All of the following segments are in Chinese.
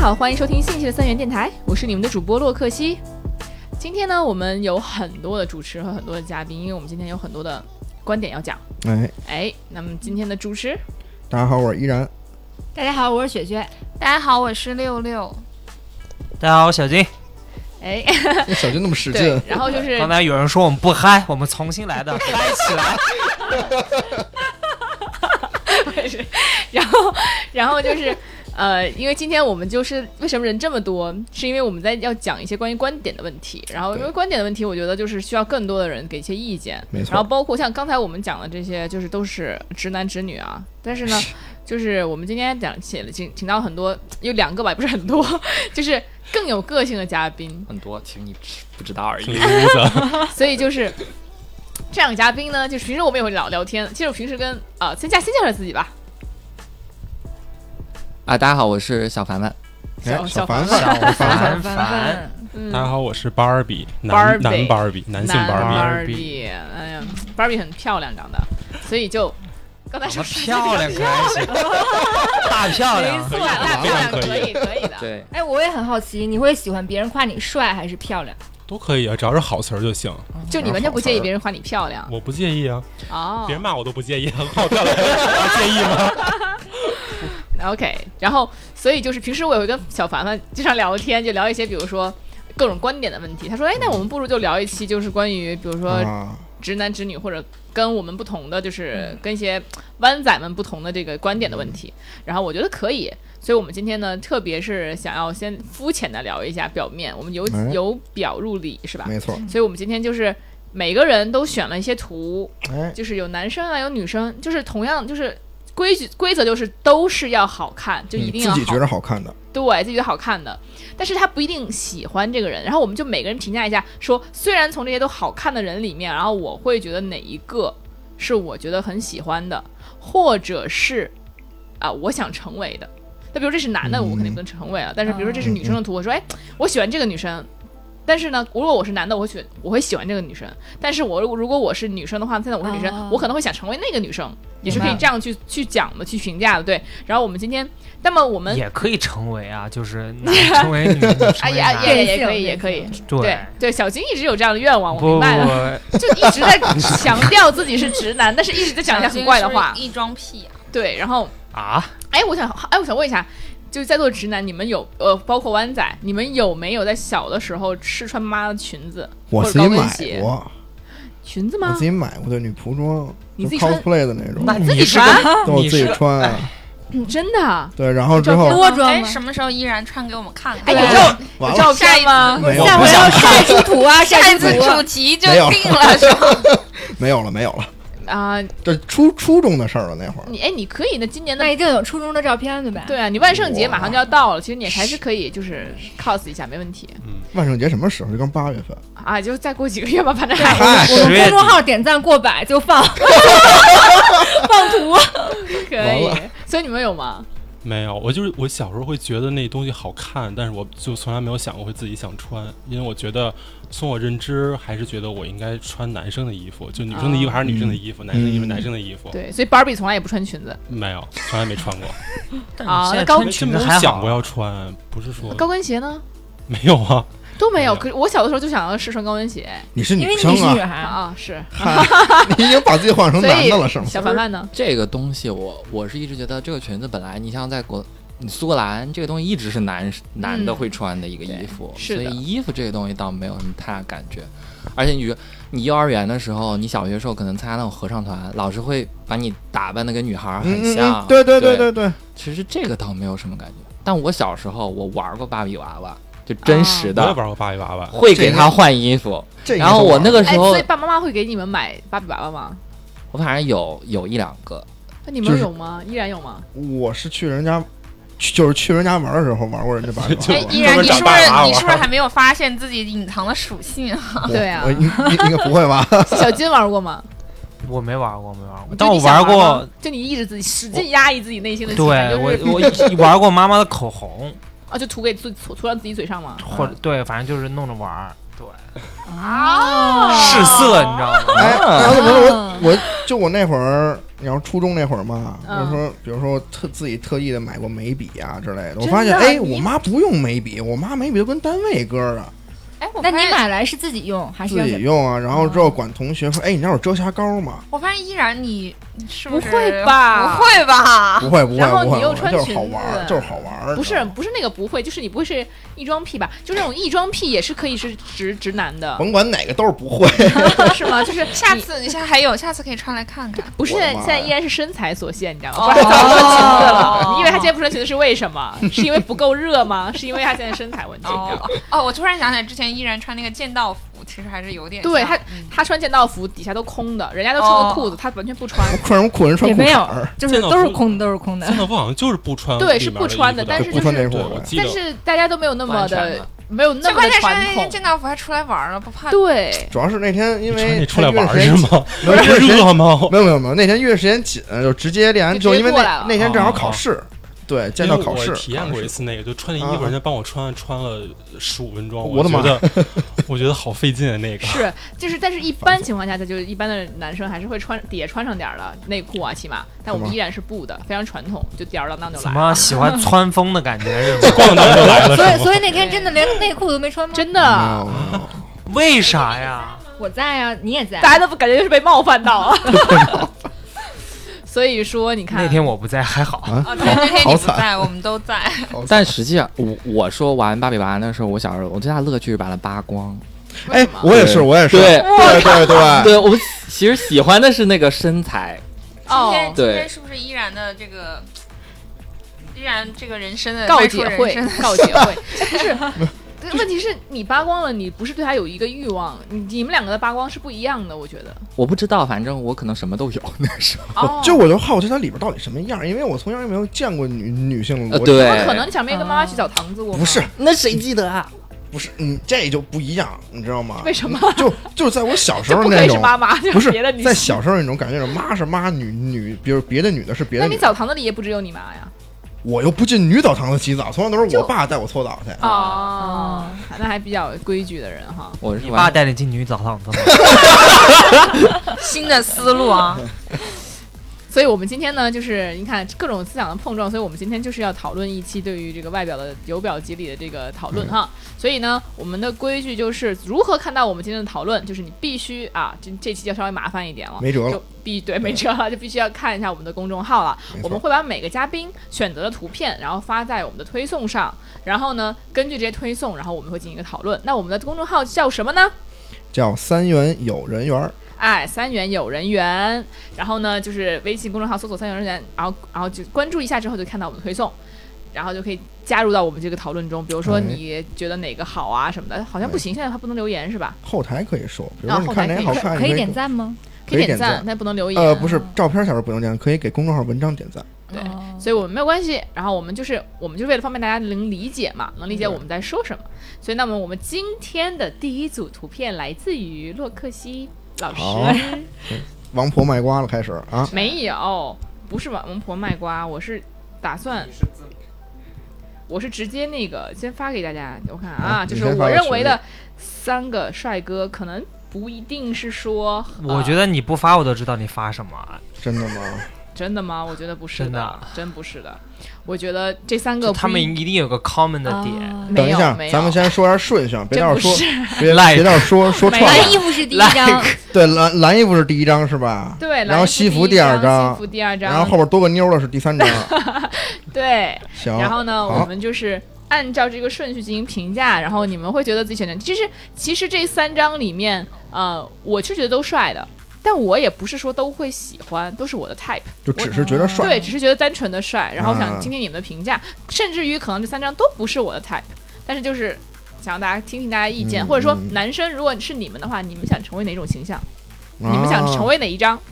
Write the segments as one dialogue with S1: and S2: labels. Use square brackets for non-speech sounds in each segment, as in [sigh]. S1: 好，欢迎收听新一期的三元电台，我是你们的主播洛克西。今天呢，我们有很多的主持和很多的嘉宾，因为我们今天有很多的观点要讲。
S2: 哎，
S1: 哎，那么今天的主持，
S2: 大家好，我是依
S1: [laughs]
S2: 然。
S3: 大家好，我是雪雪。
S4: 大家好，我是六六。
S5: 大家好，我小金。
S1: 哎，
S2: 那小金那么使
S1: 对
S2: 劲，，
S1: 然后就是
S5: 刚才有人说我们不嗨，我们重新
S1: [laughs]
S5: 来的，嗨起来。
S1: [laughs] 然后，然后就是，呃，因为今天我们就是为什么人这么多，是因为我们在要讲一些关于观点的问题。然后，因为观点的问题，我觉得就是需要更多的人给一些意见。
S2: 没错
S1: 然后，包括像刚才我们讲的这些，就是都是直男直女啊。但是呢，就是我们今天讲请请请到很多，有两个吧，也不是很多，就是更有个性的嘉宾。
S6: 很多，其实你只不知道而已。
S1: 所以就是这两个嘉宾呢，就是平时我们也会聊聊天。其实我平时跟啊、先介先介绍自己吧，
S6: 啊，大家好，我是小凡凡。
S2: 哎
S1: 小，
S2: 小
S1: 小
S2: 凡
S1: 凡
S2: 凡，
S5: 小
S2: 凡，
S5: 凡凡，
S1: 嗯，
S7: [laughs] 大家好，我是芭尔比，
S1: Barbie
S7: 男男芭尔比，男性
S1: 男
S7: 芭
S5: 芭
S7: 尔
S5: 尔
S1: Barbie，哎呀，Barbie 很漂亮长得，所以就刚才
S5: 什
S1: 说
S5: 么啊
S1: [laughs]
S5: 漂亮可还行，大漂亮
S1: 对，大漂亮
S7: 可以
S1: 可以可以的。
S6: 对，
S3: 哎，我也很好奇，你会喜欢别人夸你帅还是漂亮？
S7: 比都可以啊，只要是好词儿就行，
S1: 就你完全不介意别人夸你漂亮
S7: 我不介意啊，
S1: 哦
S7: 别人骂我都不介意，好漂亮，我介意吗？
S1: [laughs] OK，然后所以就是平时我也会跟小凡凡经常聊天，就聊一些比如说各种观点的问题。他说：“哎，那我们不如就聊一期，就是关于比如说
S2: 啊，
S1: 直男直女或者跟我们不同的，
S2: 嗯
S1: 就是跟一些湾仔们不同的这个观点的问题。
S2: 嗯
S1: 然后我觉得可以，所以我们今天呢，特别是想要先肤浅的聊一下表面，我们由
S2: 哎
S1: 由表入里是吧？
S2: 没错。
S1: 所以我们今天就是每个人都选了一些图，
S2: 哎，
S1: 就是有男生啊，有女生，就是同样就是。规矩规则就是都是要好看，就一定
S2: 你
S1: 要
S2: 嗯
S1: 好
S2: 自己觉得好看的，
S1: 对自己觉得好看的，但是他不一定喜欢这个人。然后我们就每个人评价一下，说虽然从这些都好看的人里面，然后我会觉得哪一个是我觉得很喜欢的，或者是啊、我想成为的。那比如这是男的，我肯定不能成为
S3: 嗯
S1: 啊。但是比如说这是女生的图，我说哎，我喜欢这个女生。但是呢，如果我是男的，我会选我会喜欢这个女生。但是我如如果我是女生的话，现在我是女生，
S3: 哦
S1: 我可能会想成为那个女生，也是可以
S3: 明白
S1: 这样去去讲的，去评价的。对。然后我们今天，那么我们
S5: 也可以成为啊，就是男成为女，
S1: [laughs]
S5: 女
S1: 哎
S5: 成为
S1: 呀，
S5: 男。
S1: 也也也可以，
S3: 变性
S1: 也可以。对
S5: 对，
S1: 对，小金一直有这样的愿望，我
S5: 不
S1: 明
S5: 不
S1: 白了，
S5: 不，
S1: 就一直在强调自己是直男，但是一直在讲一些很怪的话。
S4: 一装屁啊！
S1: 对，然后
S5: 啊，
S1: 哎，我想哎，我想问一下，就是在座直男，你们有呃，包括湾仔，你们有没有在小的时候试穿妈妈的裙子
S2: 我
S1: 或者
S2: 自
S1: 高
S2: 己
S1: 跟
S2: 买
S1: 鞋？
S2: 过，
S1: 裙子
S2: 我
S1: 吗
S2: 自？己买过，对，女仆装，
S1: 你自己
S2: 就
S1: 穿
S2: cosplay 的那种，
S5: 那
S1: 自己
S5: 你是
S1: 穿
S5: [laughs] 个
S2: 都我
S5: 你
S2: 自己
S5: 是
S2: 穿啊，
S1: 哎真的啊？
S2: 对，然后之后
S3: 多装
S4: 哎，
S3: 吗
S4: 什么时候依然穿给我们看
S1: 哎，有
S4: 看？
S3: 对
S1: 照
S2: 完
S1: 有
S2: 了
S1: 照片吗？
S2: 没有
S3: 下
S2: 不
S3: 回
S2: 想
S3: 要晒出图啊，晒
S4: 下
S3: 出
S4: 次
S3: 图
S4: 主
S3: 啊。
S4: 题就
S2: 没有
S4: 定了，是吧？
S2: 没有了，没有了，
S1: 啊，
S2: 这初初中的事儿了那会儿，
S1: 你哎，你可以的，今年的
S3: 那一定有初中的照片对吧？
S1: 对啊，你万圣节马上就要到了，其实你还是可以就是 cos 一下，没问题
S2: 万圣节什么时候？就刚八月份，
S1: 啊，就再过几个月吧，反正
S3: 对，
S1: 还
S2: 哎
S3: 我
S5: 十
S3: 们
S5: 月
S3: 公
S5: 底
S3: 众号点赞过百就放放图。
S1: 可以，所以你们有吗？
S7: [laughs] 没有，我就是我小时候会觉得那东西好看，但是我就从来没有想过会自己想穿，因为我觉得从我认知还是觉得我应该穿男生的衣服，就女生的衣服还是女生的衣服，男生的衣服
S2: 嗯
S7: 男生的衣服，
S1: 对，所以 Barbie 从来也不穿裙子，
S7: 没有，从来没穿过，
S1: 啊
S5: 现在
S1: 那高
S5: 穿
S7: 就
S5: 裙
S7: 没
S5: 子
S7: 有
S5: 还
S7: 想过
S5: 好。
S7: 要穿，不是
S4: 嗯
S7: 说
S1: 高跟鞋呢
S7: 没有啊，
S1: 都没有。
S7: 没有
S1: 可是我小的时候就想要试穿高跟鞋
S2: 你是
S3: 因为
S2: 女
S3: 你
S2: 生
S3: 是女
S2: 啊，
S1: [laughs]
S3: 孩啊，
S4: 嗯
S1: 啊，是，
S2: 嗨，你已经把自己换成
S1: 所
S2: 男
S1: 以
S2: 的了是吗？
S1: 小凡凡呢？
S6: 这个东西我，我是一直觉得这个裙子本来，你像在国你苏格兰这个东西一直是男男的会穿的一个衣服，
S1: 是的
S6: 所以衣服这个东西倒没有什么太大感觉。而且你说你幼儿园的时候，你小学的时候可能参加那种合唱团，老师会把你打扮的跟女孩儿
S2: 嗯
S6: 很
S2: 嗯
S6: 像，
S2: 嗯，对
S6: 对
S2: 对对对，
S6: 其实这个倒没有什么感觉。但我小时候我玩过芭比娃娃，就真实
S7: 我也
S6: 的，
S7: 玩过芭比娃娃，
S6: 会给她换衣服。
S2: 这
S6: 然后我那个
S1: 哎，
S6: 时候
S1: 所以，爸爸妈妈会给你们买芭比娃娃吗？
S6: 我反正有有一两个，
S1: 那你们有吗？依然有吗？
S2: 我是去人家，去就是去人家玩的时候玩过人家
S7: [laughs]
S2: 芭比娃
S4: 哎，
S2: 娃。
S4: 依然，你
S7: 专门
S4: 是
S7: 找
S4: 不
S7: 爸
S4: 是
S7: 爸
S4: 你是不是
S7: 玩
S4: 还没有发现自己隐藏的属性啊？
S2: 我
S1: 对啊
S2: 我应应应该不
S1: [laughs]
S2: 会吧？
S1: 小金玩过吗？
S5: 我没玩过，没玩过，
S1: 就
S5: 但
S1: 你
S5: 我
S1: 想玩
S5: 过
S1: 吗，，就你抑制自己，使劲压抑自己内心的
S5: 对
S1: 情感，
S5: 我
S1: 就是
S5: 我一玩过妈妈的口红，
S1: 啊，就涂给自涂涂到自己嘴上吗？
S5: 或者对，反正就是弄着玩儿，对，
S1: 啊
S5: 试色，你知道吗？
S2: 哎，然后怎么我我就我那会儿，你要初中那会儿嘛，
S1: 嗯
S2: 我说，比如说我特自己特意的买过眉笔啊之类的，我
S1: 真
S2: 发现
S1: 的
S2: 哎，
S1: 你
S2: 我妈不用眉笔，我妈眉笔都跟单位哥儿的，
S4: 哎，我
S3: 那
S4: 发
S3: 你
S4: 现
S3: 买来是自己用还是
S2: 自
S3: 要
S2: 己
S3: 给？
S2: 用啊。然后
S1: 嗯
S2: 之后管同学说，哎，你那有遮瑕膏吗？
S4: 我发现依然你你是
S1: 不
S4: 是
S1: 会吧
S4: 不会吧？
S2: 不会不会
S1: 然后
S2: 不会，
S1: 你又
S2: 我
S1: 穿
S2: 就是
S1: 裙
S2: 好玩儿，
S1: 子
S2: 就是好玩儿。
S1: 不是不是那个不会，就是你不会是异装癖吧？就那种异装癖也是可以是直直男的，
S2: 甭管哪个都是不
S1: [laughs]
S2: 会，
S1: 是吗？就是
S4: 下
S1: 你
S4: 次你现在还有，下次可以穿来看
S1: [laughs]
S4: 看。
S1: 不是
S2: 我
S1: 现在
S2: 的
S1: 现
S2: 妈
S1: 在
S2: 呀
S1: 依然是身材所限，你知道吗？不然早就穿裙子了。你以为他今天不穿裙子是为什么？是因为不够热吗？是因为他现在身材问题？你知道吗
S4: 哦哦，我突然想起来，之前依然穿那个剑道服，其实还是有点
S1: 对
S4: 像
S1: 他
S4: 嗯，
S1: 他穿剑道服底下都空的，人家都穿个裤子，他完全不穿。
S2: 穿什么裤人穿
S3: 也
S2: 裤
S3: 没
S2: 衩
S3: 有
S2: 儿，，
S3: 就是都是空的，都是空
S7: [laughs]
S3: 的
S7: 三。道夫好像就是不穿
S1: 对是
S7: 里面
S1: 不穿的
S7: 衣服
S1: 但是
S2: 不穿内裤
S7: 对，
S2: 呗
S7: 我记
S1: 但
S7: 得
S1: 是大家都没有那么
S6: 不安全
S1: 的
S6: 的，
S1: 没有那
S4: 最
S1: 么
S4: 关
S1: 的
S4: 键是哎
S1: 传
S4: 那
S1: 统
S4: 件。剑道服还出来玩儿了，不怕
S2: [laughs]
S1: 对，
S2: 主要是那天因
S7: 你穿
S2: 为
S7: 那出来
S2: 他约
S7: 玩儿
S2: 时
S7: 是
S2: 间
S7: 吗？
S2: [laughs] 没有热
S7: [laughs] 热吗？
S2: [laughs] 没有没有没有，那天约时间紧，就直接练完之后，
S1: 就直接
S2: 因为
S1: 过来了
S2: 那那天正好考试，对，见到考
S7: 因为
S2: 试
S7: 哎我体验过一，次那个，就穿那衣服，
S2: 啊啊
S7: 人家帮我穿穿了十五分钟，
S2: 我的
S7: 觉
S2: 妈
S7: 得我觉得好费劲啊，那个。
S1: 是就是，但是一般情况下，他就是一般的男生还是会穿底下穿上点儿了内裤啊，起码，但我
S2: 是
S1: 们
S2: 吗
S1: 依然是布的，非常传统，就吊儿郎当就
S6: 怎
S1: 来了。
S5: 啊
S6: 么喜欢穿风的感觉？
S5: [laughs]
S6: 是吗
S7: 逛到就来了，
S3: 所以
S7: 是吗？
S3: 所以那天真的连内裤都没穿吗？
S1: 真的，
S2: 考试没有
S6: 为啥呀？
S3: 我在呀，你也在啊
S1: 大。家都不感觉就是被冒犯到
S2: [laughs]
S1: 了。所以说，你看啊
S6: 那天我不在，还好。
S4: 啊，对，那天
S2: 好
S4: 你不
S2: 惨
S4: 在，我们都
S1: [laughs]
S4: 在。
S6: 但实际上，我我说玩芭比娃娃的时候，我小时候我最大的乐趣是把它扒光。
S2: 哎，我也是，我也是，
S6: 对
S2: 对对对
S6: 对我其实喜欢的是那个身材，
S4: 今天
S1: 哦，
S4: 今
S6: 对
S4: 天是不是依然的这个，依然这个人生的
S1: 告
S4: 迈出
S1: 解
S4: 人
S1: 会
S4: 生的，
S1: 告解会，不是。
S2: [laughs]
S1: 问题 [laughs] 是你扒光了，你不是对他有一个欲望，你你们两个的扒光是不一样的，我觉得。
S6: 我不知道，反正我可能什么都有 [laughs] 那时候。
S1: 哦
S2: 就我就好奇它里边到底什么样，因为我从小也没有见过女女性的裸
S6: 呃，
S2: 体。
S6: 对，
S1: 怎么可能？你小妹跟妈妈去澡堂子过吗？
S2: 不是，
S6: 那谁记得啊？
S2: 不是，你这就不一样，你知道吗？
S1: 为什么？
S2: 就就在我小时
S1: 这
S2: 候
S1: 不可
S2: 那
S1: 以是
S2: 种，
S1: 妈妈，就
S2: 不是
S1: 别的女
S2: 在
S1: 性。
S2: 小时候那种感觉，就是妈是妈，女女，比如别的女的是别
S1: 那
S2: 的
S1: 你
S2: 女的。
S1: 澡堂子里也不只有你妈呀？
S2: 我又不进女澡堂子洗澡，从来都是我爸带我搓澡去。
S1: 哦，那还比较有规矩的人哈。
S6: 我是
S5: 你爸
S6: 玩
S5: 带你进女澡堂子吗？ [laughs]
S4: 新的思路啊。
S1: 所以我们今天呢，就是你看各种思想的碰撞，所以我们今天就是要讨论一期对于这个外表的由表及里的这个讨论哈。
S2: 嗯
S1: 所以呢，我们的规矩就是如何看到我们今天的讨论，就是你必须啊，这这期就稍微麻烦一点了。
S2: 没辙了
S1: 就，必对没辙了，就必须要看一下我们的公众号了。
S2: 没
S1: [laughs] 我们
S2: 错，
S1: 会把每个嘉宾选择的图片，然后发在我们的推送上，然后呢，根据这些推送，然后我们会进行一个讨论。那我们的公众号叫什么呢？
S2: 叫三元有人缘儿，
S1: 哎，三元有人缘，然后呢，就是微信公众号搜索“三元人缘”，然后然后就关注一下之后就看到我们的推送，然后就可以加入到我们这个讨论中。比如说
S2: 哎
S1: 你觉得哪个好啊什么的，好像不行，现在它不能留言是吧？
S2: 后台可以说，比如
S1: 啊
S2: 说你
S1: 后
S2: 看
S1: 台
S2: 哪
S1: 可以
S2: 好
S1: 说
S2: 看，
S3: 可
S2: 你
S3: 以
S2: 可以
S3: 点赞吗？
S1: 可
S2: 可
S1: 以
S2: 以
S1: 点
S2: 点
S1: 赞
S2: 赞，
S1: 但不能留言。
S2: 呃，不是照片小时候不能点赞，可以给公众号文章点赞。
S1: 对
S3: 哦
S1: 所以我们没有关系。然后我们就是我们就为了方便大家能理解嘛，能理解我们在说什么。所以那么我们今天的第一组图片来自于洛克西老
S2: 好
S1: 师，
S2: 王婆卖瓜了，开始啊！
S1: 没有，不是王婆卖瓜，我是打算。我是直接那个先发给大家，我看啊，
S2: 好
S1: 就
S2: 你
S1: 是
S2: 先发
S1: 我
S2: 到
S1: 认
S2: 群
S1: 为
S2: 里
S1: 的三个帅哥，可能不一定是说，
S6: 我觉
S1: 得
S6: 得你不发我都知道你发什么，
S2: 真的吗？
S1: 真的吗？我觉得不是
S6: 真的
S1: 的
S6: 啊，
S1: 真不是的，我觉得这三
S6: 就
S1: 个
S6: 他
S1: 不
S6: 们
S1: 一哦
S6: 一定有个 common 的点。
S3: 啊
S1: 没
S2: 等一
S1: 有
S2: 下
S1: 没，有
S2: 咱们先说一下顺序，啊，别
S1: 真
S2: 到
S1: 不
S2: 时候
S1: 是
S2: 说别 [laughs]
S6: 赖
S2: 别到时候说说
S1: 没
S2: 串
S1: 有
S2: 了
S3: 蓝。衣服是第一张，
S2: 对，蓝蓝衣服是第一张是吧？
S1: [laughs] 对，
S2: 然后西服
S1: 第
S2: 第二
S1: 张，
S2: 张
S1: 西服第二张，
S2: 然后后边多个妞儿的是第
S1: [laughs]
S2: 三张。
S1: 对，
S2: 行，
S1: 然后呢，
S2: 好
S1: 我们就是按照这个顺序进行评价，然后你们会觉得自己选的，其实其实这三张里面，呃，我是觉得都帅的。但我也不是说都会喜欢，都是我的 type，
S2: 就只是觉得帅。
S1: 对，只是觉得单纯的帅，然后想
S2: 啊
S1: 听听你们的评价，甚至于可能这三张都不是我的 type，但是就是想让大家听听大家意见，
S2: 嗯
S1: 或者说
S2: 嗯
S1: 男生如果是你们的话，你们想成为哪种形象？
S2: 你
S1: 你们想成为哪一张？
S2: 啊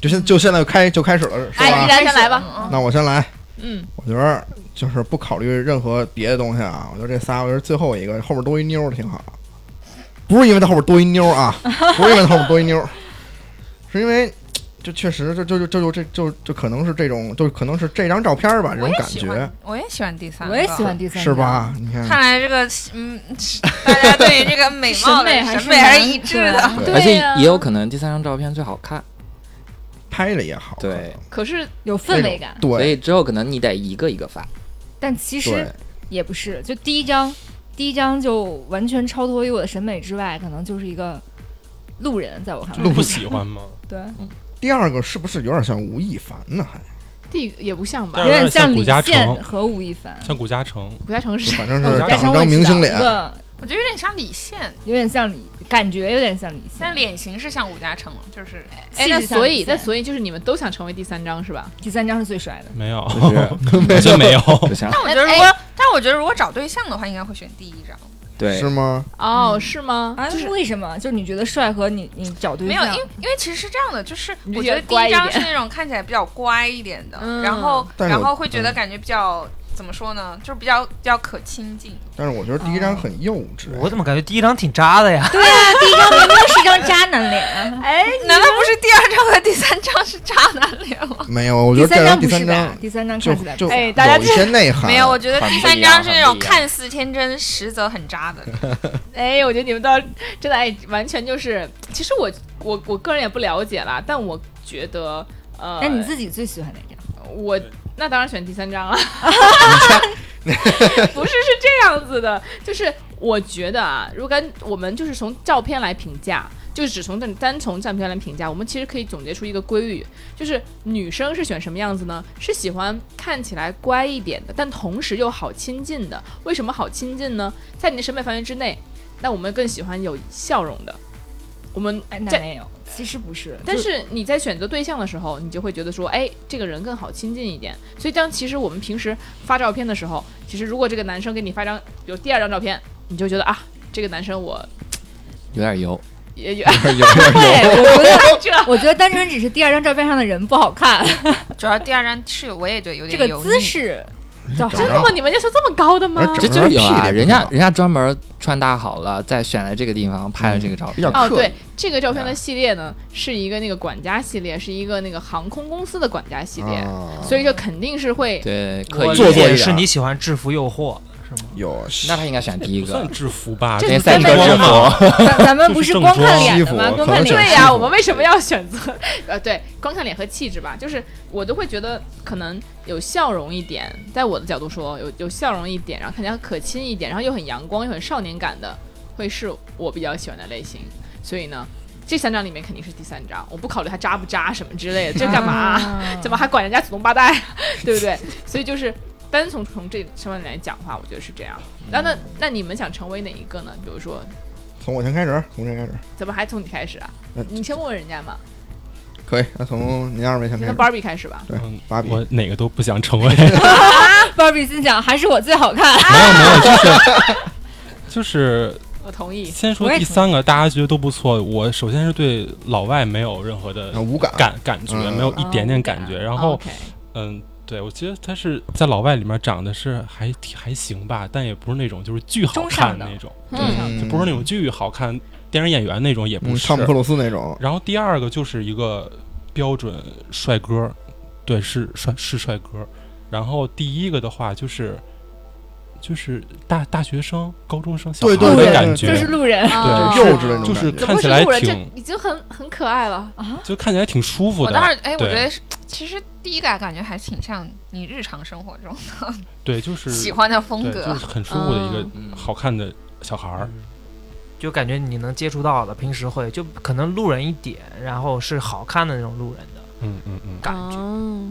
S2: 就现就现在开就开始了是
S1: 哎，依
S2: 吧？
S1: 然先来吧，
S4: 吧。
S2: 那我先来，
S1: 嗯，
S2: 我觉得就是不考虑任何别的东西啊，我觉得这仨，我觉得最后一个后面多一妞儿挺好，不是因为它后面多一妞儿啊，不是因为它后面多一妞儿，是因为就确实就就就就就这就就可能是这种，就可能是这张照片儿吧，这
S4: 我
S2: 种
S4: 也
S2: 感
S4: 喜
S2: 觉
S4: 欢，我也喜欢第三个，
S3: 我也喜欢第三张，
S2: 是？吧？你
S4: 看
S2: 看，
S4: 来这个，嗯，大家对于这个美
S3: 审
S4: 貌的
S3: 美还是
S4: 审美还是一致
S6: 啊
S3: 蛮
S4: 的。
S2: 对
S6: 而且
S1: 呀
S6: 也有可能第三张照片最好看，
S2: 拍的也好看，
S6: 对，
S1: 可是
S3: 有氛围感
S2: 那种。
S6: 所
S2: 对
S6: 以之后可能你得一个一个发。
S3: 但其实
S2: 对，
S3: 也不是，就第一章，第一章就完全超脱于我的审美之外，可能就是一个路人，在我看
S7: 就是
S3: 来，
S7: 不喜欢嘛，
S3: 对，
S2: 第二个是不是有点像吴亦凡呢？还
S1: 地也不像吧
S7: 但
S3: 有
S7: 是？
S3: 点像
S7: 古
S3: 李
S7: 嘉
S3: 健
S7: 诚
S3: 和吴亦凡。
S7: 像古嘉诚，
S1: 古嘉诚是谁
S2: 反正是
S7: 古嘉
S2: 长
S7: 诚
S2: 一张明星脸 [laughs]
S3: 一，个
S4: 我觉得有点像李现，
S3: 有点像李，感觉有点像李
S4: 但
S3: 现。
S4: 脸型是像武嘉诚，就是
S1: 哎，
S3: 气
S1: 那
S3: 质像
S1: 所以
S3: 李
S1: 那
S3: 现
S1: 所以就是你们都想成为第三章是吧？
S3: 第三章是最帅的，
S7: 没有，
S2: [laughs]
S6: 就是
S7: 真没有。
S2: 哦
S6: 不像，
S4: 但我觉得如果，但我觉得如果找对象的话，应该会选第一张。
S6: 对
S2: 是，吗？
S1: 哦，是吗？
S3: 啊，
S1: 就是
S3: 为什么？就是你觉得帅和你你找对
S4: 嗯没有，
S3: 象
S4: 因为因为其实是这样的，就是
S1: 你就
S4: 我
S1: 觉
S4: 觉
S1: 得
S4: 得第
S1: 乖一
S4: 一
S1: 点
S4: 张是那种看起来比较乖一点的，
S1: 嗯
S4: 然后
S2: 但是我嗯
S4: 然后会觉得感觉比较、怎么说呢，就是比较比较可亲近。
S2: 但是我觉得第一张很幼稚，
S3: 哦
S5: 我怎么感觉第一张挺渣的呀？
S3: 对啊，第一张明明是一张渣男脸啊，
S4: 哎，难道不是第二张和第三张是渣男脸吗？
S2: 没有，我觉
S3: 第
S2: 得第
S3: 三
S2: 二
S3: 章
S2: 第
S3: 不
S2: 三
S3: 是吧
S2: 张？
S3: 第三章
S2: 就
S3: 看起来
S2: 就
S3: 不
S1: 哎
S2: 有
S1: 大家
S2: 一些内涵，
S4: 没张我觉得
S6: 很不
S4: 第
S6: 一
S4: 三
S6: 样
S4: 张是
S2: 啊
S4: 那
S6: 很
S4: 种
S6: 不一样
S4: 看似天真，实则很渣的。
S1: 哎，我觉得你们倒真的哎，完全就是，其实我我我个人也不了解啦，但我觉得呃，
S3: 那哎你自己最喜欢哪张？
S1: 我那当然选第三章了，不是是这样子的，就是我觉得啊，如果跟我们就是从照片来评价，就是只从单单从照片来评价，我们其实可以总结出一个规律，就是女生是选什么样子呢？是喜欢看起来乖一点的，但同时又好亲近的。为什么好亲近呢？在你的审美范围之内，那我们更喜欢有笑容的。我们
S3: 哎，那
S1: 这
S3: 没有，其实不是，
S1: 但
S3: 就是
S1: 你在选择对象的时候，你就会觉得说，哎，这个人更好亲近一点。所以这样，其实我们平时发照片的时候，其实如果这个男生给你发张，比如第二张照片，你就觉得啊，这个男生我
S6: 有点油。
S1: 也也 [laughs]
S3: 对，我觉得
S1: 这
S3: 我觉得单纯只是第二张照片上的人不好看，
S4: 主要第二张是我也觉得
S3: [laughs]
S4: 有
S3: 这
S4: 点
S3: 个
S4: 油腻
S3: 姿势叫
S2: 长
S1: 真
S3: 啥？
S1: 的吗？你们要求这么高的吗
S2: 而？
S6: 这
S2: 整
S6: 就
S2: 个
S6: 是有
S2: 屁
S6: 啊，
S2: 也不
S6: 人
S2: 知
S6: 家
S2: 道
S6: 人家专门穿搭好了，再选来这个地方拍了这个照
S2: 嗯比
S6: 片
S2: 较，
S1: 哦，
S2: 刻
S1: 对
S2: 意，，
S1: 这个照
S6: 哎
S1: 片的系列呢，是一个那个管家系列，是一个那个航空公司的管家系列，
S2: 啊
S1: 所以就肯定是会
S6: 对，刻
S5: 我
S6: 意
S2: 做作
S5: 理
S2: 一
S5: 解
S2: 点
S5: 是你喜欢制服诱惑是吗？
S2: 有
S6: 那他应该选第一
S7: 不
S6: 个
S7: 算。制服吧，
S6: 啊那
S7: 这
S6: 三
S7: 服
S6: 个制
S7: 嘛，
S6: 服，
S3: [laughs] 咱咱们不是光看脸
S2: 西
S3: 的
S2: 服
S3: 吗？，光
S2: 可
S3: 看
S2: 能
S3: 脸
S2: 选
S3: 啊
S1: 对
S2: 西
S1: 呀、
S2: 服
S1: 我们为什么要选择？呃，对，光看脸和气质吧，就是我都会觉得可能有笑容一点，在我的角度说，有有笑容一点，然后看起来可亲一点，然后又很阳光，又很少年感的，会是我比较喜欢的类型。所以呢，这三张里面肯定是第三张，我不考虑他渣不渣什么之类的，这干嘛、
S3: 啊
S1: 怎么还管人家祖宗八代，啊 [laughs] 对不对？所以就是单从从这上面来讲的话，我觉得是这样。那那那你们想成为哪一个呢？比如说，
S2: [laughs] 从我先开始，从谁开始？
S1: 怎么还从你开始啊
S2: 那？
S1: 你先问问人家嘛。
S2: 可以，那从您二位先开
S1: 从
S2: 始。
S1: 芭比开始吧。
S2: 对
S7: 嗯，
S2: 芭比，
S7: 我哪个都不想
S2: [laughs]
S7: 成为。
S3: Barbie 心想还是我最好看，
S7: 没有没有，就是就是
S1: 我同意。
S7: 先说
S3: 我也
S7: 第
S3: 同意
S7: 三个，大家觉得都不错。我首先是对老外没有任何的
S2: 啊无感，
S7: 感感觉，
S2: 嗯
S7: 没有一点
S1: 哦
S7: 点感觉。然
S3: 啊
S7: 后
S1: OK
S7: 嗯，对，我觉得他是在老外里面长得是还挺还行吧，但也不是那种就是巨好
S3: 中上
S7: 看
S3: 的
S7: 那种，
S1: 嗯
S7: 啊就不是那种巨好看电影演员那种，也不
S2: 嗯，
S7: 是。
S2: 汤姆克鲁斯那种，
S7: 然后第二个就是一个标准帅哥，对，是帅是帅哥。然后第一个的话就是就是大大学生、高中生小孩
S2: 对对
S3: 对对
S7: 的感
S2: 对
S3: 就是
S7: 觉，
S3: 路人。
S1: 啊
S2: 幼稚的那种
S7: 就
S2: 感觉
S7: 是
S1: 怎
S7: 看
S1: 么是
S7: 起来
S1: 路人？这
S7: 挺
S1: 已经很很可爱了。
S7: 就看起来挺舒服
S4: 我当
S7: 的，
S4: 时哎，我
S7: 对
S4: 觉得是其实第一个感觉还挺像你日常生活中
S7: 对，就是
S4: 喜欢的风
S7: 对，就
S4: 格
S7: 是。很舒服的一个
S6: 嗯
S7: 好看的小孩儿。
S5: 嗯就感觉你能接触到的，平时会就可能路人一点，然后是好看的那种路人的
S7: 嗯嗯嗯，
S5: 感觉。
S1: 哦，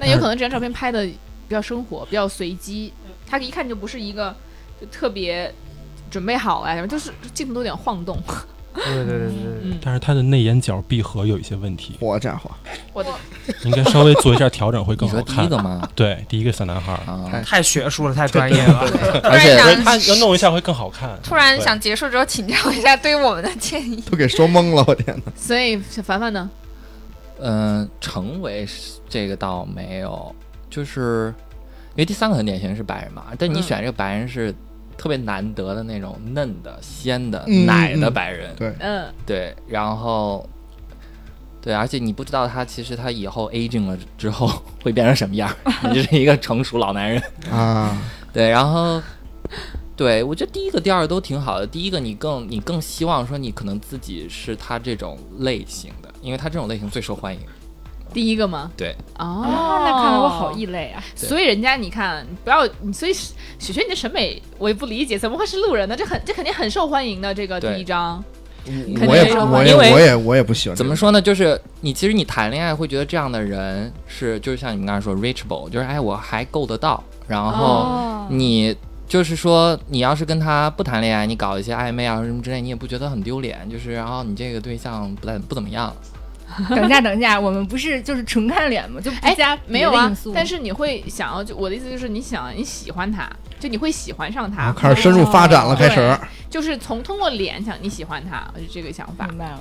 S1: 那有可能这张照片拍的比较生活，比较随机，他一看就不是一个就特别准备好啊，什么就是镜头都有点晃动。 [laughs]
S5: 对对对对对对，
S1: 嗯，
S7: 但是他的内眼角闭合有一些问题，
S2: 好家伙，
S1: 我的
S7: 应该稍微做一下调整
S6: [laughs]
S7: 会
S6: 你
S7: 更
S6: 说
S7: 好
S6: 第
S7: 看
S6: 一。个吗？
S7: 对，第一个小男孩儿，
S1: [laughs]
S6: 啊，
S5: 太学术了，太专业了。
S4: 突
S6: 而且
S4: 然想，
S7: 他要弄一下会更好看。
S4: 突然
S7: 对，
S4: 想结束之后请教一下对于我们的建议。
S2: 都给说懵了，我天哪！
S1: 所以小凡凡呢？
S6: 嗯，成为这个倒没有，就是因为第三个很典型是白人嘛，但你
S1: 嗯
S6: 选这个白人是特别难得的那种嫩的、鲜的、
S2: 嗯
S6: 奶的
S2: 嗯
S6: 白人，
S2: 对，
S1: 嗯，
S6: 对，然后对，而且你不知道他其实他以后 aging 了之后会变成什么样儿，
S2: [laughs]
S6: 你就是一个成熟老男人。
S2: 啊，
S6: 对，然后对我觉得第一个、第二个都挺好的。第一个你更你更希望说你可能自己是他这种类型的，因为他这种类型最受欢迎。
S1: 第一个吗？
S6: 对。
S1: 哦，
S3: 啊那看来我好异类啊！
S6: 对
S1: 所以人家你看，不要，你所以雪雪你的审美我也不理解，怎么会是路人呢？这很这肯定很受欢迎的这个
S6: 对
S1: 第一张，肯
S6: 我
S1: 定
S6: 也
S1: 是
S6: 不
S1: 受
S2: 我
S1: 欢
S2: 也
S1: 迎。
S2: 我也我也不喜欢这
S6: 怎
S2: 种。
S6: 么说呢？就是你其实你谈恋爱会觉得这样的人是，就是像你们刚才说 reachable，就是哎我还够得到，然后
S3: 哦，
S6: 你。就是说，你要是跟他不谈恋爱，你搞一些暧昧啊什么之类，你也不觉得很丢脸。就是，然后你这个对象不太不怎么样，
S3: 等一下，等一下，我们不是就是纯看脸吗？就不
S1: 哎
S3: 加
S1: 没有
S3: 别的
S1: 啊
S3: 因素，
S1: 但是你会想要，就我的意思就是你想你喜欢他，就你会喜欢上他，
S2: 啊开始深入发展了，
S1: 对
S2: 开始。
S1: 就是从通过脸想你喜欢他，我就这个想
S2: 嗯
S1: 法。嗯
S3: 明白了，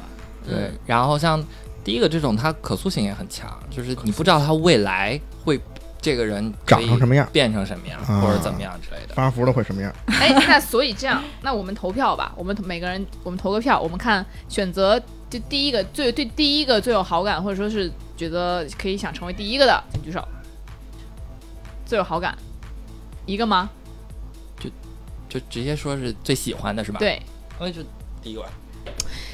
S6: 对，然后像第一个这种，它可塑性也很强，就是你不知道他未来会这个人
S2: 长成什么样，
S6: 变成什么样，
S2: 啊
S6: 或者怎么样之类的。
S2: 发福了会什么样？
S1: 哎，那所以这样，那我们投票吧，我们每个人我们投个票，我们看选择就第一个最对第一个最有好感，或者说是觉得可以想成为第一个的，请举手。最有好感，一个吗？
S6: 就直接说是最喜欢的是吧？，
S1: 对。
S6: 那就第一个吧。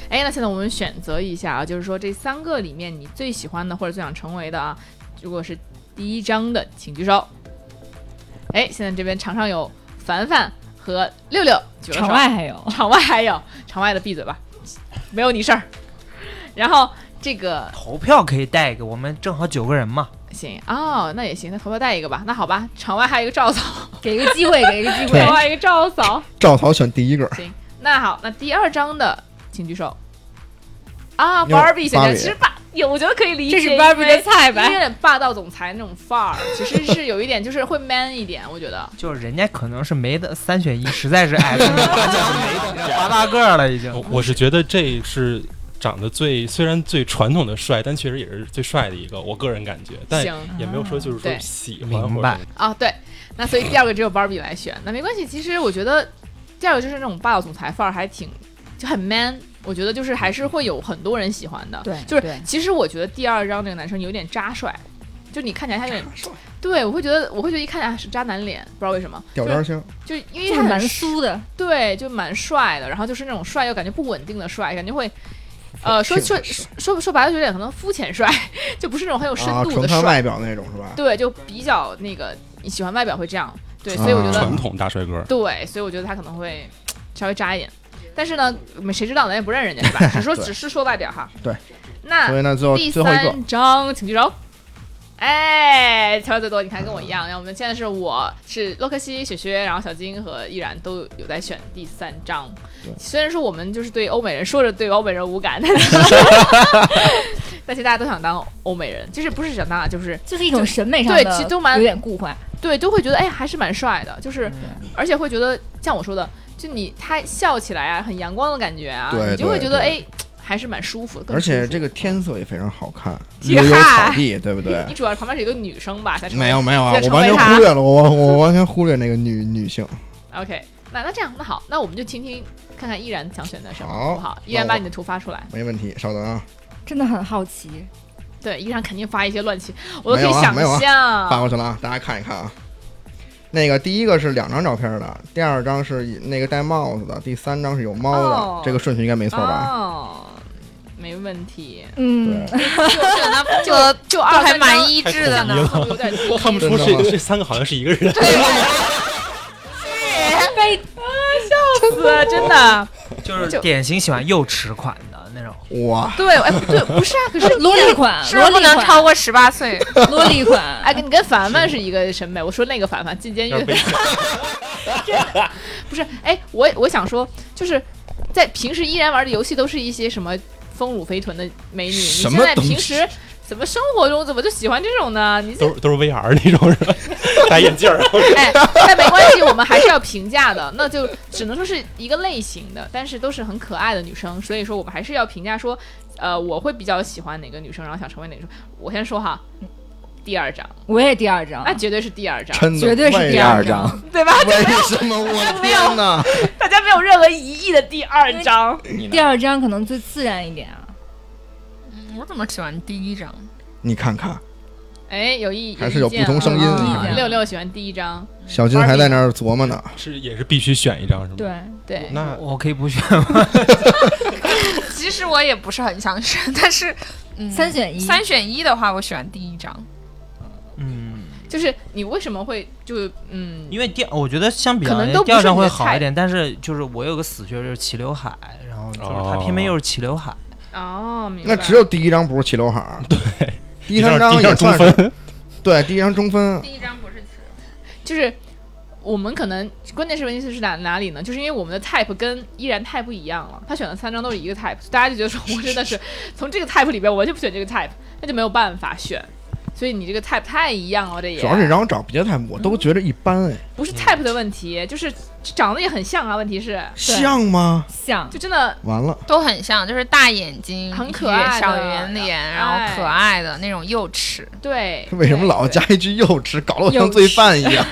S1: 哎，那现在我们选择一下啊，就是说这三个里面你最喜欢的或者最想成为的啊，如果是第一张的，请举手。哎，现在这边场上有凡凡和六六举了手
S3: 场。外还有
S1: 场外还有场外的闭嘴吧，没有你事儿。然后这个
S5: 投票可以带一个，我们正好九个人嘛。
S1: 行哦，那也行，那投票带一个吧。那好吧，场外还有一个赵嫂，
S3: 给一个机会，给一个机
S1: 场
S3: 会。
S1: 外一个赵嫂。
S2: 赵涛选第一个，
S1: 行，那好，那第二张的请举手。啊，
S2: 哟
S1: 芭比选项
S2: 芭比
S1: 其实霸，有我觉得可以理解，
S3: 这是芭比的菜
S1: 因为因为有
S3: 呗？
S1: 点霸道总裁那种范
S3: [laughs]
S1: 儿，其实是有一点就是会 man 一点，我觉得。
S5: 就是人家可能是没得三选一， [laughs] 实在是矮不能
S7: [laughs]
S5: 拔将没拔大个儿了已
S1: [laughs]
S5: 经。
S7: 我我是觉得这是长得最虽然最传统的帅，但确实也是最帅的一个，我个人感觉，但
S1: 行
S7: 也没有说就是
S1: 对
S7: 说喜欢
S5: 明
S7: 或
S5: 白
S7: 者，
S1: 啊，对，那所以第二个只有芭比来选，那没关系。其实我觉得第二个就是那种霸道总裁范儿，还挺就很 man。我觉得就是还是会有很多人喜欢的。
S3: 对
S1: 就是
S3: 对
S1: 其实我觉得第二张这个男生有点渣帅，就你看起来他有点，对我会觉得我会觉得一看起来是渣男脸，不知道为什么，
S2: 吊
S1: 就是
S2: 渣星，
S1: 就因为他
S3: 就是
S1: 很
S3: 蛮酥的，
S1: 对，就蛮帅的，然后就是那种帅又感觉不稳定的帅，感觉会。呃，说说说说白了，有点可能肤浅帅， [laughs] 就不是那种很有深
S2: 啊，
S1: 度
S2: 纯
S1: 的
S2: 看
S1: 帅。
S2: 外表那种是吧？
S1: 对，就比较那个，你喜欢外表会这样。对，所以我觉
S2: 啊
S1: 得
S7: 传统大帅
S1: [laughs]
S7: 哥。
S1: 对，所以我觉得他可能会稍微渣一点，但是呢，我们谁知道咱也不认识人家是
S2: [laughs]
S1: 吧？只说
S2: 对
S1: 只是说外表哈。
S2: 对。所
S1: 那
S2: 以呢，最后
S1: 第
S2: 最后一个，
S1: 三张，请举手。哎，乔最多，你看跟我一样。然后我们现在是我是洛克西、雪雪，然后小金和依然都有在选第三张
S2: 对。
S1: 虽然说我们就是对欧美人说着对欧美人无感，但
S2: [laughs]
S1: 是但其实大家都想当欧美人，就是不是想当啊，就是
S3: 就是一种审美上
S1: 对
S3: 的，
S1: 其实都蛮
S3: 有点固化。
S1: 对，都会觉得哎，还是蛮帅的，就是，
S2: 嗯
S1: 而且会觉得像我说的，就你他笑起来啊，很阳光的感觉啊，
S2: 对
S1: 你就会
S2: 对
S1: 觉得
S2: 对
S1: 哎，还是蛮舒服的。更
S2: 而且
S1: 舒服
S2: 这个天色也非常好看，
S1: 其
S2: 悠
S1: 实
S2: 悠
S1: 嗨
S2: 草地，对不对
S1: 你？主要是旁边是一个女生吧？才成
S2: 没有没有啊，
S1: 在
S2: 我
S1: 成为
S2: 完全
S1: 他
S2: 忽略了，我我完全忽略那个女女性。
S1: OK，那那这样那好，那我们就听听看看依然想选择什么，好不
S2: 好
S1: 好？依然
S2: 那
S1: 把
S2: 我
S1: 你的图发出来。
S2: 没问题，稍等啊，
S3: 真的很好奇，
S1: 对，依然肯定发一些乱七，我都
S2: 没
S1: 可以
S2: 有啊
S1: 想
S2: 没有啊
S1: 象。
S2: 发过去了啊，大家看一看啊。那个第一个是两张照片的，第二张是那个戴帽子的，第三张是有猫的，
S1: 哦
S2: 这个顺序应该没错吧？
S1: 哦，没问题。
S3: 嗯，
S2: 对，
S4: 这咱风
S1: 就
S4: 格
S1: 就
S4: 都
S1: 二
S4: 还
S1: 三张
S4: 蛮一致的呢
S7: 太。 [laughs]
S1: 会不会有点 [laughs] 低
S7: 看不出
S2: 真的吗
S7: 这这三个好像是一个
S1: [laughs]
S7: 人，
S3: 被
S1: 啊死，真的。
S5: 就是
S1: 就
S5: 典型喜欢幼齿款的那种。
S2: 哇，
S1: 对，哎，不对，不是啊，可 [laughs] 是
S3: 萝莉款，
S4: 是不是不能
S3: 萝莉款
S4: 超过十八岁？
S3: 萝莉款？
S1: 哎，跟你跟凡凡是一个审美。我说那个凡凡进监狱
S7: 有点
S1: 的 [laughs]
S7: 危，险。
S1: 不是？哎，我我想说，就是在平时依然玩的游戏都是一些什么丰乳肥臀的美女，你
S2: 什
S1: 现
S2: 么
S1: 在
S2: 东
S1: 平
S2: 西
S1: 时怎么生活中怎么就喜欢这种呢？你这
S7: 都是都是 VR 那种是吧？戴眼镜儿，
S1: 哎，但没关系，我们还是要评价的，那就只能说是一个类型的，但是都是很可爱的女生，所以说我们还是要评价说，呃，我会比较喜欢哪个女生，然后想成为哪个女生。我先说哈，第二张，
S3: 我也第二张
S1: 那，绝对是第二张，
S2: 真的
S3: 绝对是
S2: 为
S3: 第
S2: 什
S3: 二
S6: 二张，
S1: 对吧？
S2: 为什么我的天哪？
S1: 大家没有任何疑义的第二张。
S6: 你呢
S3: 第二张可能最自然一点啊。
S4: [laughs] 我怎么喜欢第一张？
S2: 你看看，
S1: 哎，有意
S2: 还是有不同声音。
S3: 有意见
S2: 你
S3: 啊
S2: 看
S3: 嗯
S2: 看，
S1: 六六喜欢第一张，
S2: 小金还在那儿琢磨呢。
S7: 是也是必须选一张是吗？
S3: 对，
S1: 对，
S2: 嗯
S7: 那嗯
S5: 我可以不选，
S4: 其实我也不是很想选，但是嗯
S3: 三选一，
S4: 三选一的话，我喜欢第一张。
S5: 嗯，
S1: 就是你为什么会就嗯
S5: 因为第我觉得相比
S1: 可
S5: 较
S1: 能
S5: 而言
S1: 都不
S5: 第二
S1: 是
S5: 张
S1: 你
S5: 会
S1: 的
S5: 好
S1: 菜
S5: 一点，但是就是我有个死穴就是齐刘海，然后就是
S7: 哦
S5: 它偏偏又是齐刘海，
S1: 哦，明白
S2: 那只有第一张不是齐刘海儿，对，第
S7: 一
S2: 三
S7: 张
S2: 张
S7: 第一张
S2: 也
S7: 中
S2: 算是，对，第一张中分，
S4: 第一张不是吃，
S1: 就是我们可能关键是问题是哪哪里呢？就是因为我们的 type 跟依然太不一样了，他选的三张都是一个 type，大家就觉得说我真的是从这个 type 里边我完全不选这个 type，那就没有办法选。所以你这个 type 太一样了，这也
S2: 主要是让我找别的 type，我都觉得一般哎，
S1: 不是 type 的问题，就是长得也很像啊。问题是，
S2: 像吗？
S3: 想
S1: 就真的
S2: 完了，
S4: 都很像，就是大眼睛，
S1: 很可爱的
S4: 小圆脸，然后可爱的那种幼齿。
S1: 对，
S2: 为什么老加一句幼稚，搞得我像罪犯一样？